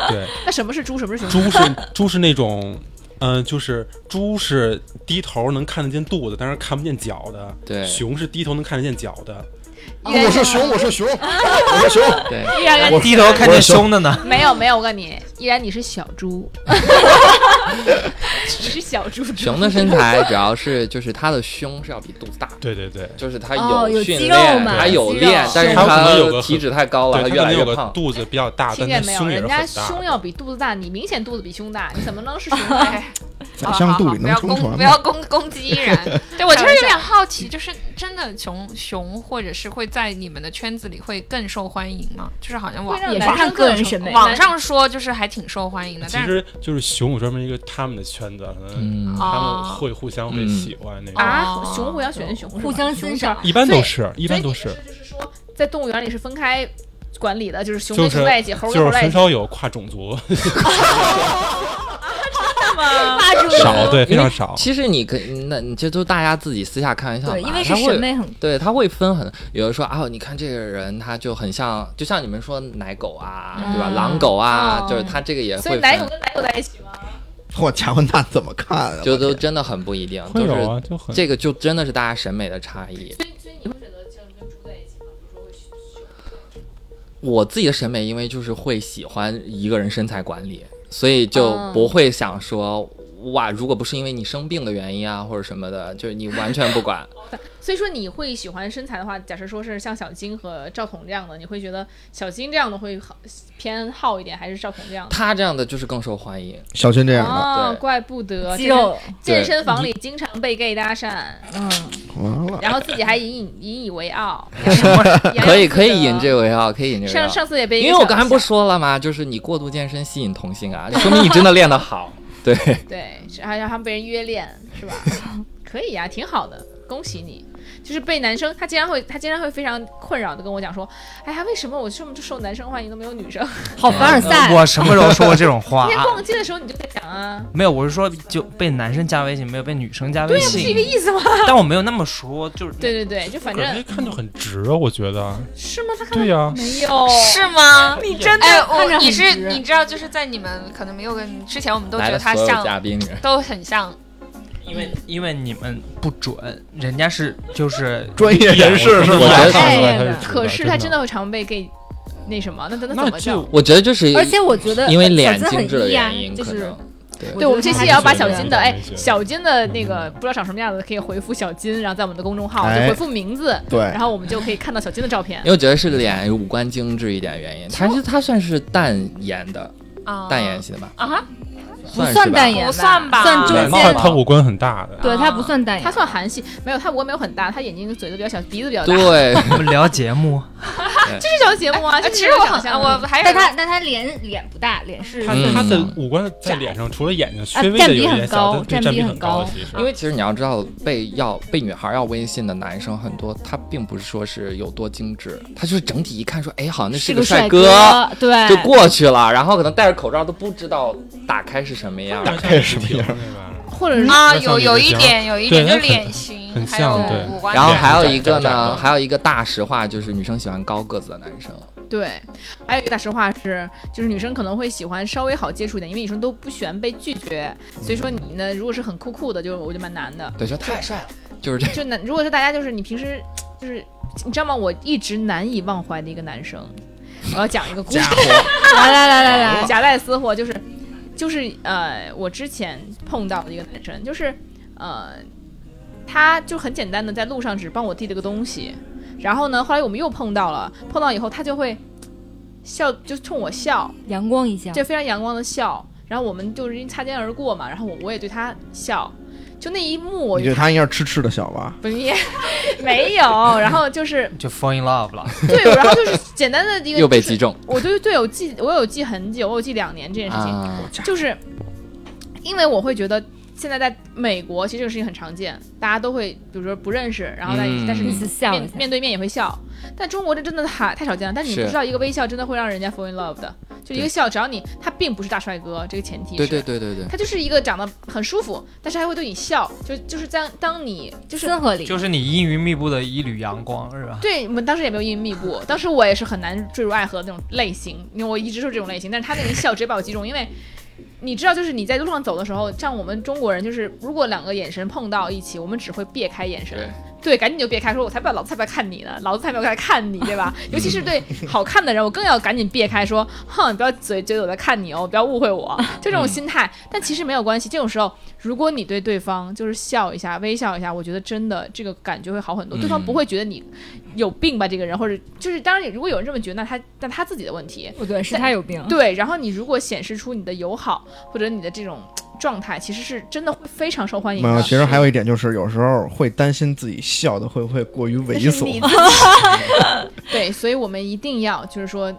S7: 对，
S1: 那什么是猪，什
S7: [laughs]
S1: 么是熊？
S7: 猪是猪是那种，嗯、就是猪是低头能看得见肚子，但是看不见脚的。
S6: 对
S7: 熊是低头能看得见脚的。
S2: 我是熊，我是熊，我是熊， [laughs]
S6: 对，
S1: 依 [laughs] 然跟
S5: 低头看见胸的呢？
S1: 没有没有，我告诉你，依然你是小猪，你是小猪猪。
S6: 熊的身材主要是就是他的胸是要比肚子大，
S7: 对对对，
S6: 就是他
S3: 哦有
S6: 训
S3: 肌
S6: 练，
S3: 肉嘛
S6: 他有
S3: 肌肉
S6: 练，但是
S7: 他可能有个
S6: 他
S7: 很
S6: 体脂太高了，
S7: 对，
S6: 他
S7: 它
S6: 越来
S7: 可能
S6: 越
S7: 有个
S6: 胖。
S7: 肚子比较大，
S1: 听见
S7: 但他
S1: 没有？
S7: 胸也是
S1: 人家
S7: 很大
S1: 胸
S7: 的。
S1: 要比肚子大，你明显肚子比胸大，你怎么能是熊呢？
S4: 哎
S2: 宰相肚里
S4: 不
S2: 能
S4: 要
S2: 撑
S4: 攻
S2: 船
S4: 不
S2: 吗？
S4: 要攻攻击依然。对我其实有点好奇，就是真的熊熊或者是会在你们的圈子里会更受欢迎吗？就是好像网
S1: 会让
S3: 也是
S1: 男生
S3: 看个人
S1: 更
S3: 审美
S1: 网
S4: 网
S1: 上
S4: 上说就是还挺受欢迎的，
S7: 其
S4: 但是
S7: 实就是熊有专门一个他们的圈子，可能
S6: 嗯，
S7: 他们
S4: 哦
S7: 会互相会
S6: 嗯
S7: 喜欢那种。
S1: 啊
S4: 哦，
S1: 熊互相选熊是吧，
S3: 互相欣
S1: 熊是
S3: 赏
S1: 吧。
S7: 一般都是，一般都
S1: 所
S7: 是
S1: 以你的意思就是说，在动物园里是分开管理的，就是熊
S7: 就
S1: 跟
S7: 是
S1: 熊在一起，猴
S7: 就
S1: 跟
S7: 是
S1: 猴在一
S7: 很
S1: 起
S7: 少有跨种族，
S1: 吗？
S6: 少
S7: 对，非
S6: 因为
S7: 常少。
S6: 其实你可以，那你这都大家自己私下开玩笑吧。
S3: 对，因为是
S6: 他会
S3: 审美很
S6: 对，他会分很，有人说啊，你看这个人他就很像，就像你们说奶狗啊，对吧？
S3: 嗯
S6: 狼狗啊，
S1: 哦
S6: 就是他这个也
S1: 所以
S6: 会
S1: 奶狗
S6: 分，
S1: 跟奶狗在一起吗？
S2: 我家伙，那怎么看啊？
S6: 就
S2: 我
S6: [laughs] 都
S2: 天
S6: 真的很不一定，
S7: 会
S6: 就
S7: 有
S6: 是
S7: 啊，就很
S6: 这个就真的是大家审美的差异。
S1: 所以所以你会选择像跟猪在一起吗？比如说会熊
S6: 我自己的审美，因为就是会喜欢一个人身材管理，所以就
S1: 哦
S6: 不会想说。哇，如果不是因为你生病的原因啊，或者什么的，就是你完全不
S1: [laughs]
S6: 管。
S1: 所以说你会喜欢身材的话，假设说是像小金和赵彤这样的，你会觉得小金这样的会好偏好一点，还是赵彤这样的？
S6: 他这样的就是更受欢迎，
S2: 小军这样的，
S1: 哦，
S6: 对
S1: 怪不得嗯
S3: 肌肉，
S1: 健身
S6: 对
S1: 健身房里经常被 gay 搭讪，
S3: 嗯，
S2: 完了，
S1: 然后自己还引以引以为傲。
S6: [laughs] 可
S1: 啊
S6: 以可以引
S1: 个。
S6: 这为傲，可以引这个为傲。
S1: 上上次也被一个
S6: 因为我
S1: 小
S6: 刚才不是说了吗？就是你过度健身吸引同性啊， [laughs] 说明你真的练得好。
S3: [laughs]
S6: 对，
S1: 对，还让他们被人约练
S6: [laughs]
S1: 是吧？可以呀、挺好的，恭喜你。就是被男生，他经常会，他经常会非常困扰的跟我讲说，哎呀，为什么我这么受男生欢迎都没有女生？
S3: 好凡尔赛。
S5: 我什么时候说过这种话
S1: [laughs] 今天
S5: 啊？
S1: 逛街的时候你就在讲啊，
S5: 没有，我是说就被男生加微信，没有被女生加微
S1: 对呀、不是一个
S5: 信。
S1: 意思吗？
S5: 但我没有那么说，就是
S1: [laughs] 对对对，就反
S7: 感觉
S1: 正
S7: 看着很直啊，我觉得。
S1: 是吗？他看
S7: 对呀、
S1: 没有，
S4: 是吗？
S1: 你哦真的
S4: 哎，
S1: 看着很
S4: 我你是
S1: 直
S4: 你知道，就是在你们可能没有跟之前，我们都
S6: 来
S4: 觉
S6: 了
S4: 得他
S6: 所有
S4: 像，
S6: 嘉宾，
S4: 都很像。
S5: 因为因为你们不准，人家是就是
S2: 专业人士是
S7: 我
S2: 吧？
S6: 觉得
S7: 看出
S3: 哎
S7: 来他是直的
S1: 可是他真
S7: 的
S1: 的会常被 gay 那什么，那那那
S7: 那
S1: 怎么
S7: 就
S1: 叫？
S6: 我觉得就是
S3: 而且我觉得
S6: 因为
S3: 小
S6: 脸
S3: 资很
S6: 精致的
S3: 一呀
S6: 原因，
S3: 就
S6: 可
S3: 是
S6: 能
S1: 对，我们这期也要把小金的
S7: 我觉得他
S1: 哎
S7: 还是觉得
S1: 小金的那个不知道长什么样子，可以回复小金，然后在我们的公众号就
S2: 哎
S1: 回复名字，
S2: 对
S1: 然后我们就可以看到小金的照片
S7: 哎
S6: 因。为我觉得是脸五官精致一点原因。他是他算是淡颜的，
S4: 啊，
S6: 淡颜型的吧？
S4: 啊哈，
S3: 哦不
S6: 算
S3: 算淡
S6: 是吧。
S3: 颜，
S4: 不算吧
S3: 算
S6: 对
S3: 中
S6: 貌
S7: 他
S3: 间
S6: 吧。
S7: 他五官很大的，
S3: 对，它不算淡
S1: 啊他
S3: 颜。
S1: 算韩系，没有他五官没有很大，他眼睛嘴都比较小，鼻子比较大，
S3: [laughs]
S6: 对，
S5: 我们聊节目，
S1: 这是小节目啊。
S4: 哎
S1: 这
S4: 其
S1: 是
S4: 实我
S1: 长
S4: 很
S1: 相
S4: 我
S1: 啊
S4: 还有
S3: 但
S4: 一个
S3: 它但它脸脸不大，脸是
S7: 他
S6: 嗯
S7: 他的五官在脸上除了眼睛稍微
S3: 嗯啊占
S7: 的
S3: 比
S7: 有一
S3: 很
S7: 点小，
S3: 高
S7: 但对
S3: 占
S7: 占
S3: 比
S7: 比
S3: 很
S7: 很高
S3: 高
S7: 的其实。
S6: 因为其实你要知道，被要被女孩要微信的男生很多，他并不是说是有多精致，他就是整体一看说，哎，好像那
S3: 是
S6: 个
S3: 帅
S6: 哥，，
S1: 哎
S3: 对，
S6: 就过去了，然后可能戴着口罩都不知道打开是什么样。
S7: 大
S2: 概什么样 [laughs]
S1: 或者是
S4: 啊，
S7: 那像
S4: 有
S7: 你
S4: 有
S7: 的
S4: 一
S7: 形
S4: 点，有一
S7: 对
S4: 点就是
S7: 那很
S4: 脸型，
S7: 很
S4: 还有
S7: 像对
S4: 五官，
S6: 然后还有
S7: 脸
S6: 一个
S7: 窄窄
S6: 呢，
S7: 的
S6: 还有一个大实话就是女生喜欢高个子的男生。
S1: 对，还有一个大实话是，就是女生可能会喜欢稍微好接触一点，因为女生都不喜欢被拒绝，所以说你呢，如果是很酷酷的，就我觉得蛮难的。
S6: 对，就太帅了，就
S1: [laughs]
S6: 是这。
S1: 就难，如果是大家就是你平时就是你知道吗？我一直难以忘怀的一个男生，我要讲一个故事。
S3: 来来来来来，
S1: 夹带哎私货就是就是呃，我之前碰到的一个男生，就是呃，他就很简单的在路上只帮我递了个东西，然后呢，后来我们又碰到了，碰到以后他就会笑，就冲我笑，
S3: 阳光一下，
S1: 就非常阳光的笑，然后我们就是因擦肩而过嘛，然后我我也对他笑，就那一幕我
S2: 你觉得他应该是痴痴的小吧？
S1: 不是也 [laughs] 没有，然后就是
S5: [laughs] 就 fall in love 了。
S1: 对，然后就是简单的一个
S6: 又被
S1: 就
S6: 击
S1: 是
S6: 中
S1: 我对队友记，我有记很久，我有记两年这件事情，
S6: 啊！
S1: 就是因为我会觉得现在在美国，其实这个事情很常见，大家都会比如说不认识，然后但、
S6: 嗯
S1: 但是
S3: 彼
S1: 你
S3: 此笑一
S1: 面
S3: 下，
S1: 面对面也会笑，但中国这真的太太少见了。但你
S6: 是
S1: 不知道一个微笑真的会让人家 fall in love 的，就一个
S6: 对
S1: 笑，只要你他并不是大帅哥，这个前提是
S6: 对对对对对，
S1: 他就是一个长得很舒服，但是还会对你笑，就就是在当你就是
S3: 森合里
S5: 就是你阴云密布的一缕阳光，是吧？
S1: 对，我们当时也没有阴密布，当时我也是很难坠入爱河的那种类型，因为我一直就是这种类型。但是他那一笑直接把我击中，因为你知道，就是你在路上走的时候，像我们中国人，就是如果两个眼神碰到一起，我们只会别开眼神，对，赶紧就别开，说我才不要，老子才不要看你呢，老子才没有在看你，对吧？尤其是对好看的人，我更要赶紧别开，说，哼，你不要嘴觉得我在看你哦，不要误会我，就这种心态。但其实没有关系，这种时候，如果你对对方就是笑一下、微笑一下，我觉得真的这个感觉会好很多，对方
S6: 嗯
S1: 不会觉得你有病吧？这个人，或者就是当然，如果有人这么觉得，那他那他自己的问题。
S3: 不对，是他有病。
S1: 对，然后你如果显示出你的友好或者你的这种状态，其实是真的会非常受欢迎
S2: 没有，
S1: 的。
S2: 嗯其实还有一点就是，有时候会担心自己笑的会不会过于
S1: 那
S2: 猥
S1: 是你
S2: 琐。
S1: 自己对，所以我们一定要就是说，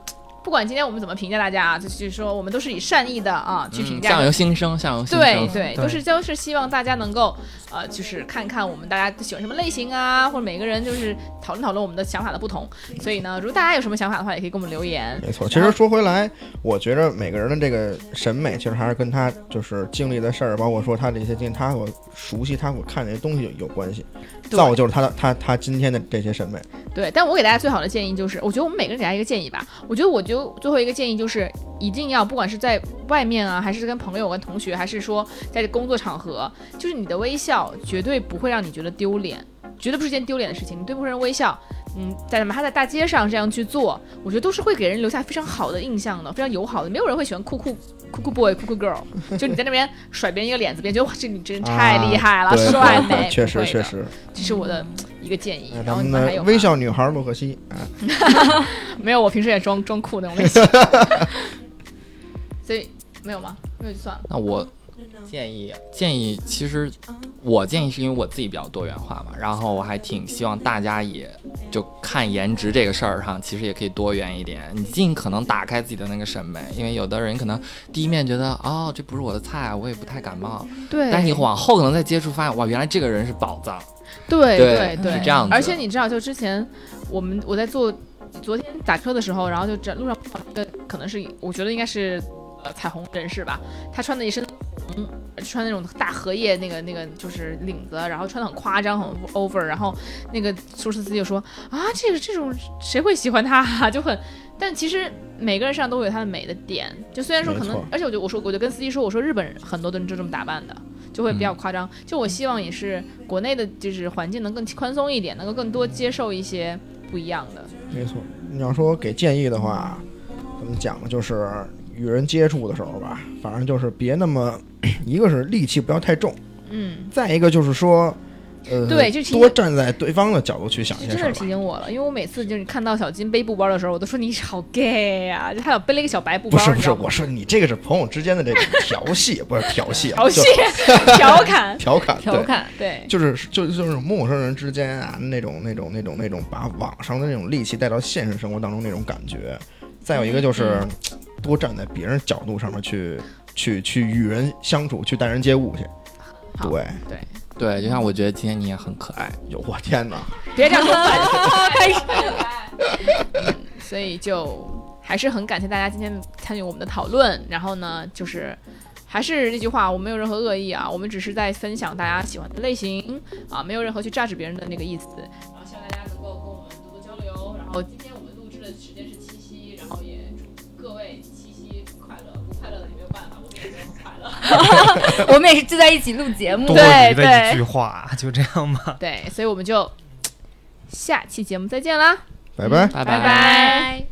S1: 不管今天我们怎么评价大家啊，就就是说我们都是以善意的啊去评
S6: 嗯，
S1: 价
S6: 相由心生，相由心
S1: 对
S6: 生。
S1: 对，
S5: 对
S1: 都是都是希望大家能够，呃，就是看看我们大家都喜欢什么类型啊，或者每个人就是讨论讨论我们的想法的不同。所以呢，如果大家有什么想法的话，也可以给我们留言。
S2: 没错，其实说回来，我觉着每个人的这个审美，其实还是跟他就是经历的事儿，包括说他的一些经历，他所熟悉、他所看的这些东西有有关系，
S1: 对
S2: 造就是他的他他今天的这些审美。
S1: 对，但我给大家最好的建议就是，我觉得我们每个人给大家一个建议吧。我觉得我就最后一个建议就是，一定要不管是在外面啊，还是跟朋友、跟同学，还是说在工作场合，就是你的微笑绝对不会让你觉得丢脸，绝对不是件丢脸的事情。你对陌生人微笑，嗯，在哪怕在大街上这样去做，我觉得都是会给人留下非常好的印象的，非常友好的。没有人会喜欢酷酷。酷酷 boy，酷酷 girl，就 [laughs] 你在那边甩别人一个脸子，别人觉得哇，这你真太厉害了，
S2: 啊对
S1: 帅
S2: 对
S1: 美，
S2: 对 [laughs] 确
S1: 不
S2: 实
S1: 会
S2: 确
S1: 的，
S2: 实。
S1: 这是我的一个建议
S2: 哎。
S1: 然后
S2: 咱
S1: 你们
S2: 们
S1: 还有
S2: 的
S1: 吗
S2: 微笑女孩洛克西，啊，
S1: 没有，我平时也装装酷那种类型。所以没有吗？那就算了。
S6: 那我建议建议，其实我建议是因为我自己比较多元化嘛，然后我还挺希望大家也就看颜值这个事儿上，其实也可以多元一点，你尽可能打开自己的那个审美，因为有的人可能第一面觉得哦这不是我的菜，我也不太感冒，
S1: 对
S6: 但是你往后可能再接触发现哇原来这个人是宝藏，
S1: 对
S6: 对
S1: 对对，
S6: 是这样子
S1: 而且你知道，就之前我们我在做昨天打车的时候，然后就这路上碰到一个可能是我觉得应该是呃彩虹人士吧，他穿的一身红。穿那种大荷叶那个那个就是领子，然后穿的很夸张很 over，然后那个出租车司机就说啊，这个这种谁会喜欢他、啊？就很，但其实每个人身上都会有他的美的点，就虽然说可
S2: 没
S1: 能
S2: 错，
S1: 而且我就我说我就跟司机说，我说日本人很多都是这么打扮的，就会比
S2: 嗯
S1: 较夸张。就我希望也是国内的，就是环境能更宽松一点，能够更多接受一些不一样的。
S2: 没错。你要说给建议的话，怎么讲呢？就是与人接触的时候吧，反正就是别那么， [clears throat] 一个是戾气不要太重，
S1: 嗯，
S2: 再一个就是说，呃，
S1: 对就其实
S2: 多站在对方的角度去想一
S1: 这
S2: 些
S1: 真
S2: 事
S1: 的
S2: 儿
S1: 是
S2: 吧
S1: 提。醒我了，因为我每次就是看到小金背布包的时候，我都说你好 gay 呀、就他俩背了一个小白布包，
S2: 不是
S1: 你
S2: 不
S1: 知
S2: 是，
S1: 道吗
S2: 我说你这个是朋友之间的这个调戏，不是调戏啊，
S1: 调戏 [laughs]
S2: 就
S1: 调侃，
S2: 调侃，
S3: 调
S2: 对，
S3: 侃，
S1: 对，
S2: 就是就就是陌生人之间啊那种那种那种那种把网上的那种戾气带到现实生活当中那种感觉。再有一个就是多站在别人角度上面去去去与人相处，去待人接物去。
S1: 好
S2: 对，
S6: 对，就像我觉得今天你也很可爱，
S2: 有我天哪！
S1: 别这样说，开始。 [laughs] 所以就还是很感谢大家今天参与我们的讨论。然后呢，就是还是那句话，我没有任何恶意啊，我们只是在分享大家喜欢的类型啊，没有任何去 judge 别人的那个意思。啊然后希望大家能够跟我们多多交流。然后今天我们录制的时间是七夕，然后也祝各位七夕快乐，不快乐的也没有办法，我们也没有很快 [laughs] 乐。
S3: 我们也是聚在一起录节目
S5: 多，
S1: 对
S5: 余的一句话，就这样吧。
S1: 对，所以我们就下期节目再见啦，
S2: 拜拜。
S1: 拜
S6: 拜
S1: 拜
S3: 拜